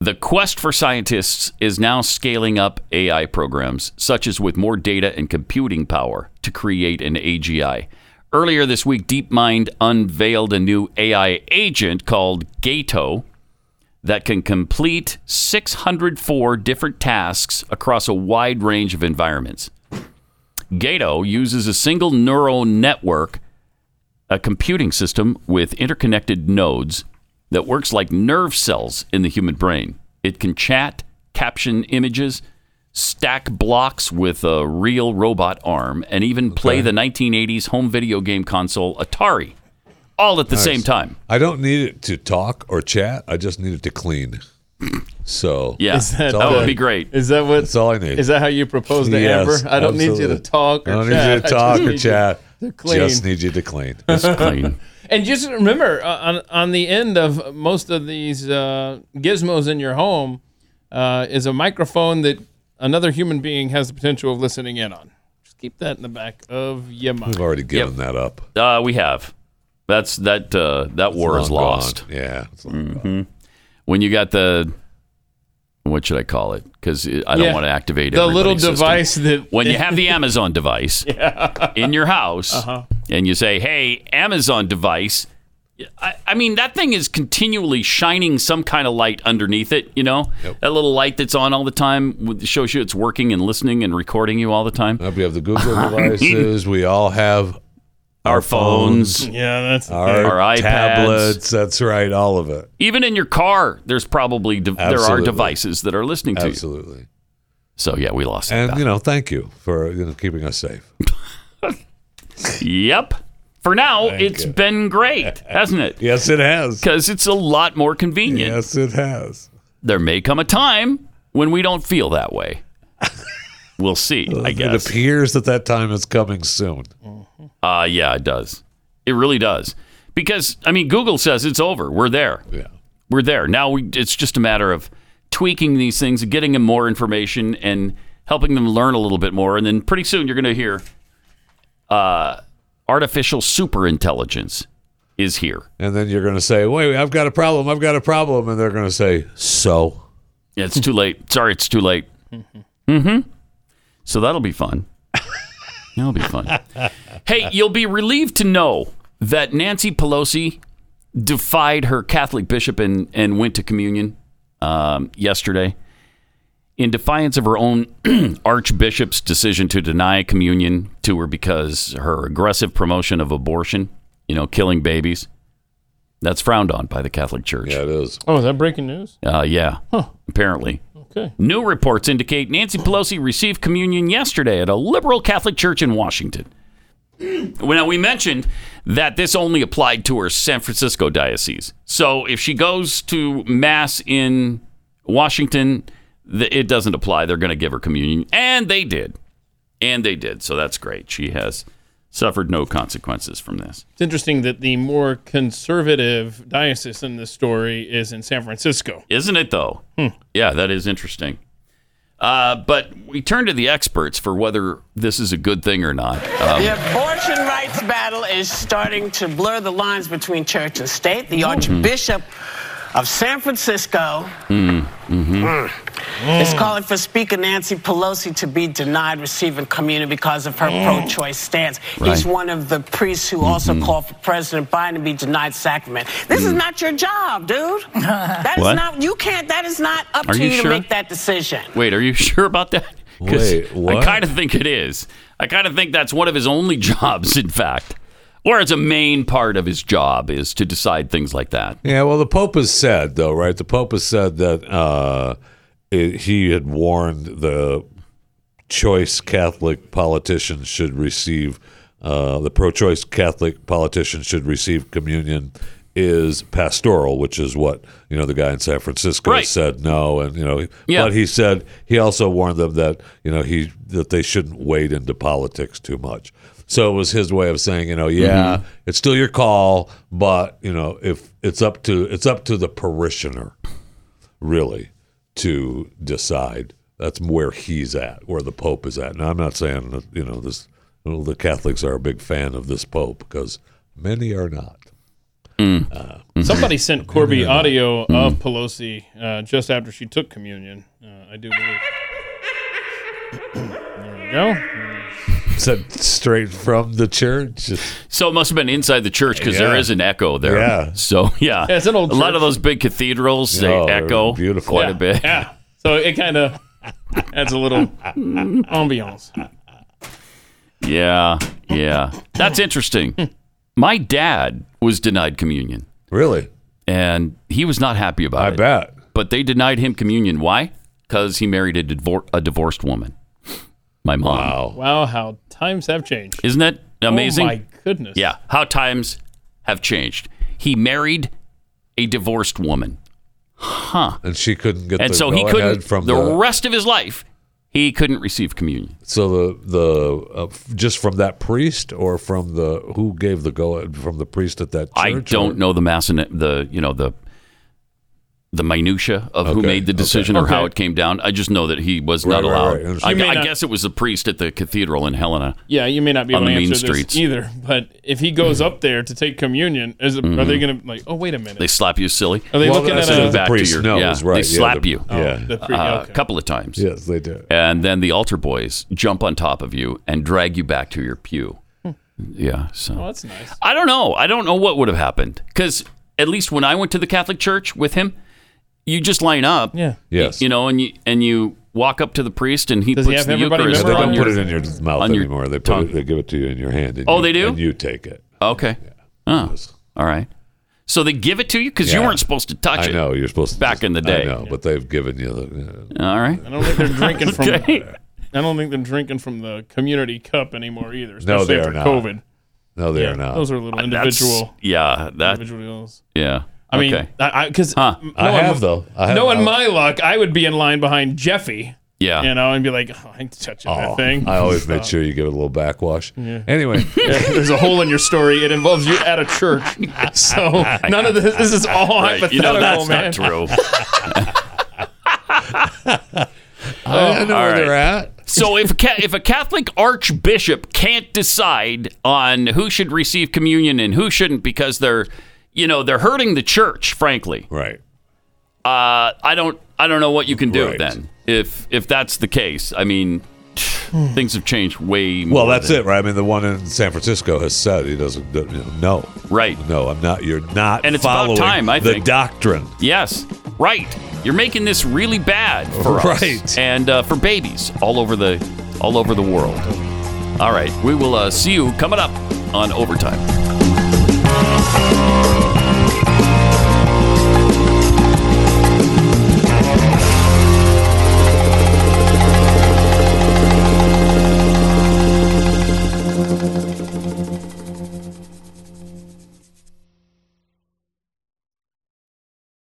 B: the quest for scientists is now scaling up AI programs, such as with more data and computing power, to create an AGI. Earlier this week, DeepMind unveiled a new AI agent called Gato that can complete 604 different tasks across a wide range of environments. Gato uses a single neural network a computing system with interconnected nodes that works like nerve cells in the human brain. It can chat, caption images, stack blocks with a real robot arm, and even play the 1980s home video game console Atari all at the
C: Nice.
B: same time.
C: I don't need it to talk or chat. I just need it to clean. So
B: Yeah. Is that- that would be great.
E: uh, Is that what?
C: That's all I need.
E: Is that how you propose to
C: Yes,
E: Amber? I don't need you to
C: absolutely.
E: talk or
C: I don't
E: chat.
C: need you to
E: I just
C: talk
E: need
C: or
E: you
C: chat.
E: to clean.
C: Just need you to clean.
E: Just clean. And just remember, uh, on on the end of most of these uh, gizmos in your home uh, is a microphone that another human being has the potential of listening in on. Just keep that in the back of your mind.
C: We've already given that up.
B: Uh, we have. That's that. Uh, that war is
C: long gone.
B: lost.
C: Yeah.
B: Mhm. When you got the, what should I call it? Because I don't
E: Yeah.
B: want to activate
E: The little
B: everybody's system.
E: device that-
B: When you have the Amazon device in your house,
E: Uh-huh.
B: and you say, "Hey, Amazon device," I, I mean that thing is continually shining some kind of light underneath it. You know, that little light that's on all the time with- shows you it's working and listening and recording you all the
E: Mm.
B: time.
C: we have the Google devices. We all have
B: our phones.
E: Yeah, that's the
C: our,
E: thing. Our iPads.
C: tablets. That's right. All of it.
B: Even in your car, there's probably de- there are
C: Absolutely.
B: devices that are listening to
C: Absolutely. you. Absolutely.
B: So yeah, we lost.
C: And
B: that.
C: you know, thank you for you know keeping us safe.
B: Yep. For now,
C: Thank
B: it's
C: you.
B: been great, hasn't it?
C: yes, it has.
B: Because it's a lot more convenient.
C: Yes, it has.
B: There may come a time when we don't feel that way. we'll see, I guess.
C: It appears that that time is coming soon.
B: Uh, yeah, it does. It really does. Because, I mean, Google says it's over. We're there.
C: Yeah.
B: We're there. Now we, it's just a matter of tweaking these things and getting them more information and helping them learn a little bit more. And then pretty soon you're going to hear uh, artificial super intelligence is here.
C: And then you're going to say, wait, I've got a problem. I've got a problem. And they're going to say, so.
B: Yeah, it's too late. Sorry, it's too late. Mm-hmm. So that'll be fun. That'll be fun. hey, you'll be relieved to know that Nancy Pelosi defied her Catholic bishop and, and went to communion um, yesterday in defiance of her own archbishop's decision to deny communion to her because her aggressive promotion of abortion, you know, killing babies, that's frowned on by the Catholic Church. Yeah,
C: it is.
E: Oh, is that breaking news?
B: Uh, yeah,
E: Huh.
B: apparently.
E: Okay.
B: New reports indicate Nancy Pelosi received communion yesterday at a liberal Catholic church in Washington. Well, Now, we mentioned that this only applied to her San Francisco diocese. So if she goes to Mass in Washington, th- it doesn't apply. They're going to give her communion. And they did. And they did. So that's great. She has suffered no consequences from this.
E: It's interesting that the more conservative diocese in this story is in San Francisco.
B: Isn't it, though?
C: Hmm.
B: Yeah, that is interesting. Uh, but we turn to the experts for whether this is a good thing or not. Um,
R: The abortion rights battle is starting to blur the lines between church and state. The Archbishop of San Francisco
B: mm.
Q: Mm-hmm.
R: It's calling for Speaker Nancy Pelosi to be denied receiving communion because of her pro-choice stance.
Q: Right.
R: He's one of the priests who also
B: Mm-hmm.
R: called for President Biden to be denied sacrament. This is not your job, dude. That is
B: Mm. What?
R: not. You can't. That is not up
B: Are
R: to
B: you
R: you, to
B: sure?
R: make that decision.
B: Wait, are you sure about that? 'Cause
C: Wait, what?
B: I kind of think it is. I kind of think that's one of his only jobs, in fact, or it's a main part of his job is to decide things like that.
C: Yeah, well, the Pope has said, though, right? The Pope has said that uh, it, he had warned the choice Catholic politicians should receive, uh, the pro choice Catholic politicians should receive communion is pastoral, which is what, you know, the guy in San Francisco
Q: Right.
C: said no. And, you know,
Q: Yeah.
C: but he said, he also warned them that, you know, he, that they shouldn't wade into politics too much. So it was his way of saying, you know, yeah,
Q: Mhm.
C: it's still your call, but you know, if it's up to it's up to the parishioner, really, to decide. That's where he's at, where the Pope is at. Now, I'm not saying that you know this. well, the Catholics are a big fan of this Pope because many are not. Uh,
E: Somebody sent Corby
C: Yeah.
E: audio of
C: Mm.
B: Mm-hmm.
E: Pelosi uh, just after she took communion. Uh, I do believe. there we go.
C: Is that straight from the church?
B: So it must have been inside the church because there
C: Yeah.
B: is an echo there.
C: Yeah.
B: So yeah,
E: Yeah, it's an old
B: a lot
E: church.
B: of those big cathedrals they
E: Oh, they're
B: echo
C: beautiful.
B: quite
E: Yeah,
B: a bit.
E: Yeah. So it kind of adds a little ambiance.
B: Yeah, yeah. That's interesting. My dad was denied communion.
C: Really?
B: And he was not happy about it. I
C: bet.
B: But they denied him communion. Why? Because he married a, divor- a divorced woman. My mom. Wow.
E: Wow, how times have changed.
B: Isn't that amazing?
E: Oh my goodness.
B: Yeah. How times have changed. He married a divorced woman. Huh.
C: And she couldn't get
B: and
C: the
B: so he
C: go-ahead
B: couldn't,
C: from
B: the,
C: the
B: rest of his life, he couldn't receive communion.
C: So the the uh, f- just from that priest or from the who gave the go from the priest at that church?
B: I
C: or-
B: don't know the mass and the you know the the minutia of who
C: Okay,
B: made the
C: okay.
B: decision or how
E: Okay.
B: it came down. I just know that he was
C: Right,
B: not
C: right,
B: allowed.
C: right. You
B: I,
E: may
B: I
E: not-
B: guess it was the priest at the cathedral in Helena.
E: Yeah, you may not be
B: On
E: able to
B: the mean
E: answer
B: streets.
E: this either, but if he goes up there to take communion, is it, are they
B: Mm-hmm.
E: going to like? Oh, wait a minute.
B: They slap you silly.
E: Are Oh, they Well, looking that's at a- what the
B: Back to
C: priest
B: your-
C: knows,
B: yeah,
C: right,
B: They
C: yeah,
B: slap
C: the-
B: you.
C: Oh, yeah. the priest,
B: Uh,
C: okay.
B: a couple of times.
C: Yes, they do.
B: And then the altar boys jump on top of you and drag you back to your pew.
E: Hmm.
B: Yeah. So
E: Oh, that's nice.
B: I don't know. I don't know what would have happened because at least when I went to the Catholic Church with him, you just line up.
E: Yeah.
C: Yes.
B: You, know, and you and you walk up to the priest and he
E: Does he
B: puts
E: have
B: the
E: everybody
B: Eucharist
C: They
B: on
C: don't
B: your,
C: put it in your mouth
B: on your
C: anymore. They put
B: tongue.
C: it, they give it to you in your hand. And
B: Oh,
C: you,
B: they do?
C: And you take it.
B: Okay. Oh, all right. So they give it to you because you
C: Yeah.
B: weren't supposed to touch
C: I
B: it.
C: know you're supposed to
B: back in the day.
C: I know, but they've given you the.
B: All right.
E: I don't think they're drinking from.
B: Okay.
E: I don't think they're drinking from the community cup anymore either.
C: No,
E: Especially
C: they are
E: after
C: not.
E: COVID.
C: No, they
E: Yeah,
C: are not.
E: Those are little
B: Uh, that's-
E: individual.
B: yeah, that-
E: individual deals.
B: Yeah.
E: I mean,
B: Okay.
E: I because
C: I have, though. I have-
E: knowing
C: I-
E: my luck, I would be in line behind Jeffy.
B: Yeah.
E: you know, and be like, oh, I ain't touching that thing.
C: I always
E: Stop.
C: make sure you give it a little backwash.
E: Yeah.
C: Anyway,
E: Yeah, there's a hole in your story. It involves you at a church, so none of this. This is all
B: Right,
E: hypothetical,
B: you know, that's
E: man.
B: not
C: I know
B: All
C: where
B: right.
C: they're at.
B: so if a ca- if a Catholic archbishop can't decide on who should receive communion and who shouldn't because they're you know they're hurting the church, frankly.
C: Right.
B: Uh, I don't I don't know what you can do
C: Right.
B: then if if that's the case. I mean, things have changed way. more
C: Well, that's
B: than-
C: it, right? I mean, the one in San Francisco has said he doesn't. You know, no.
B: Right.
C: No, I'm not. You're not.
B: And it's about
C: following
B: time, I
C: the
B: think.
C: doctrine.
B: Yes, right. You're making this really bad for us
C: Right.
B: and uh, for babies all over the all over the world. All right, we will uh, see you coming up on overtime.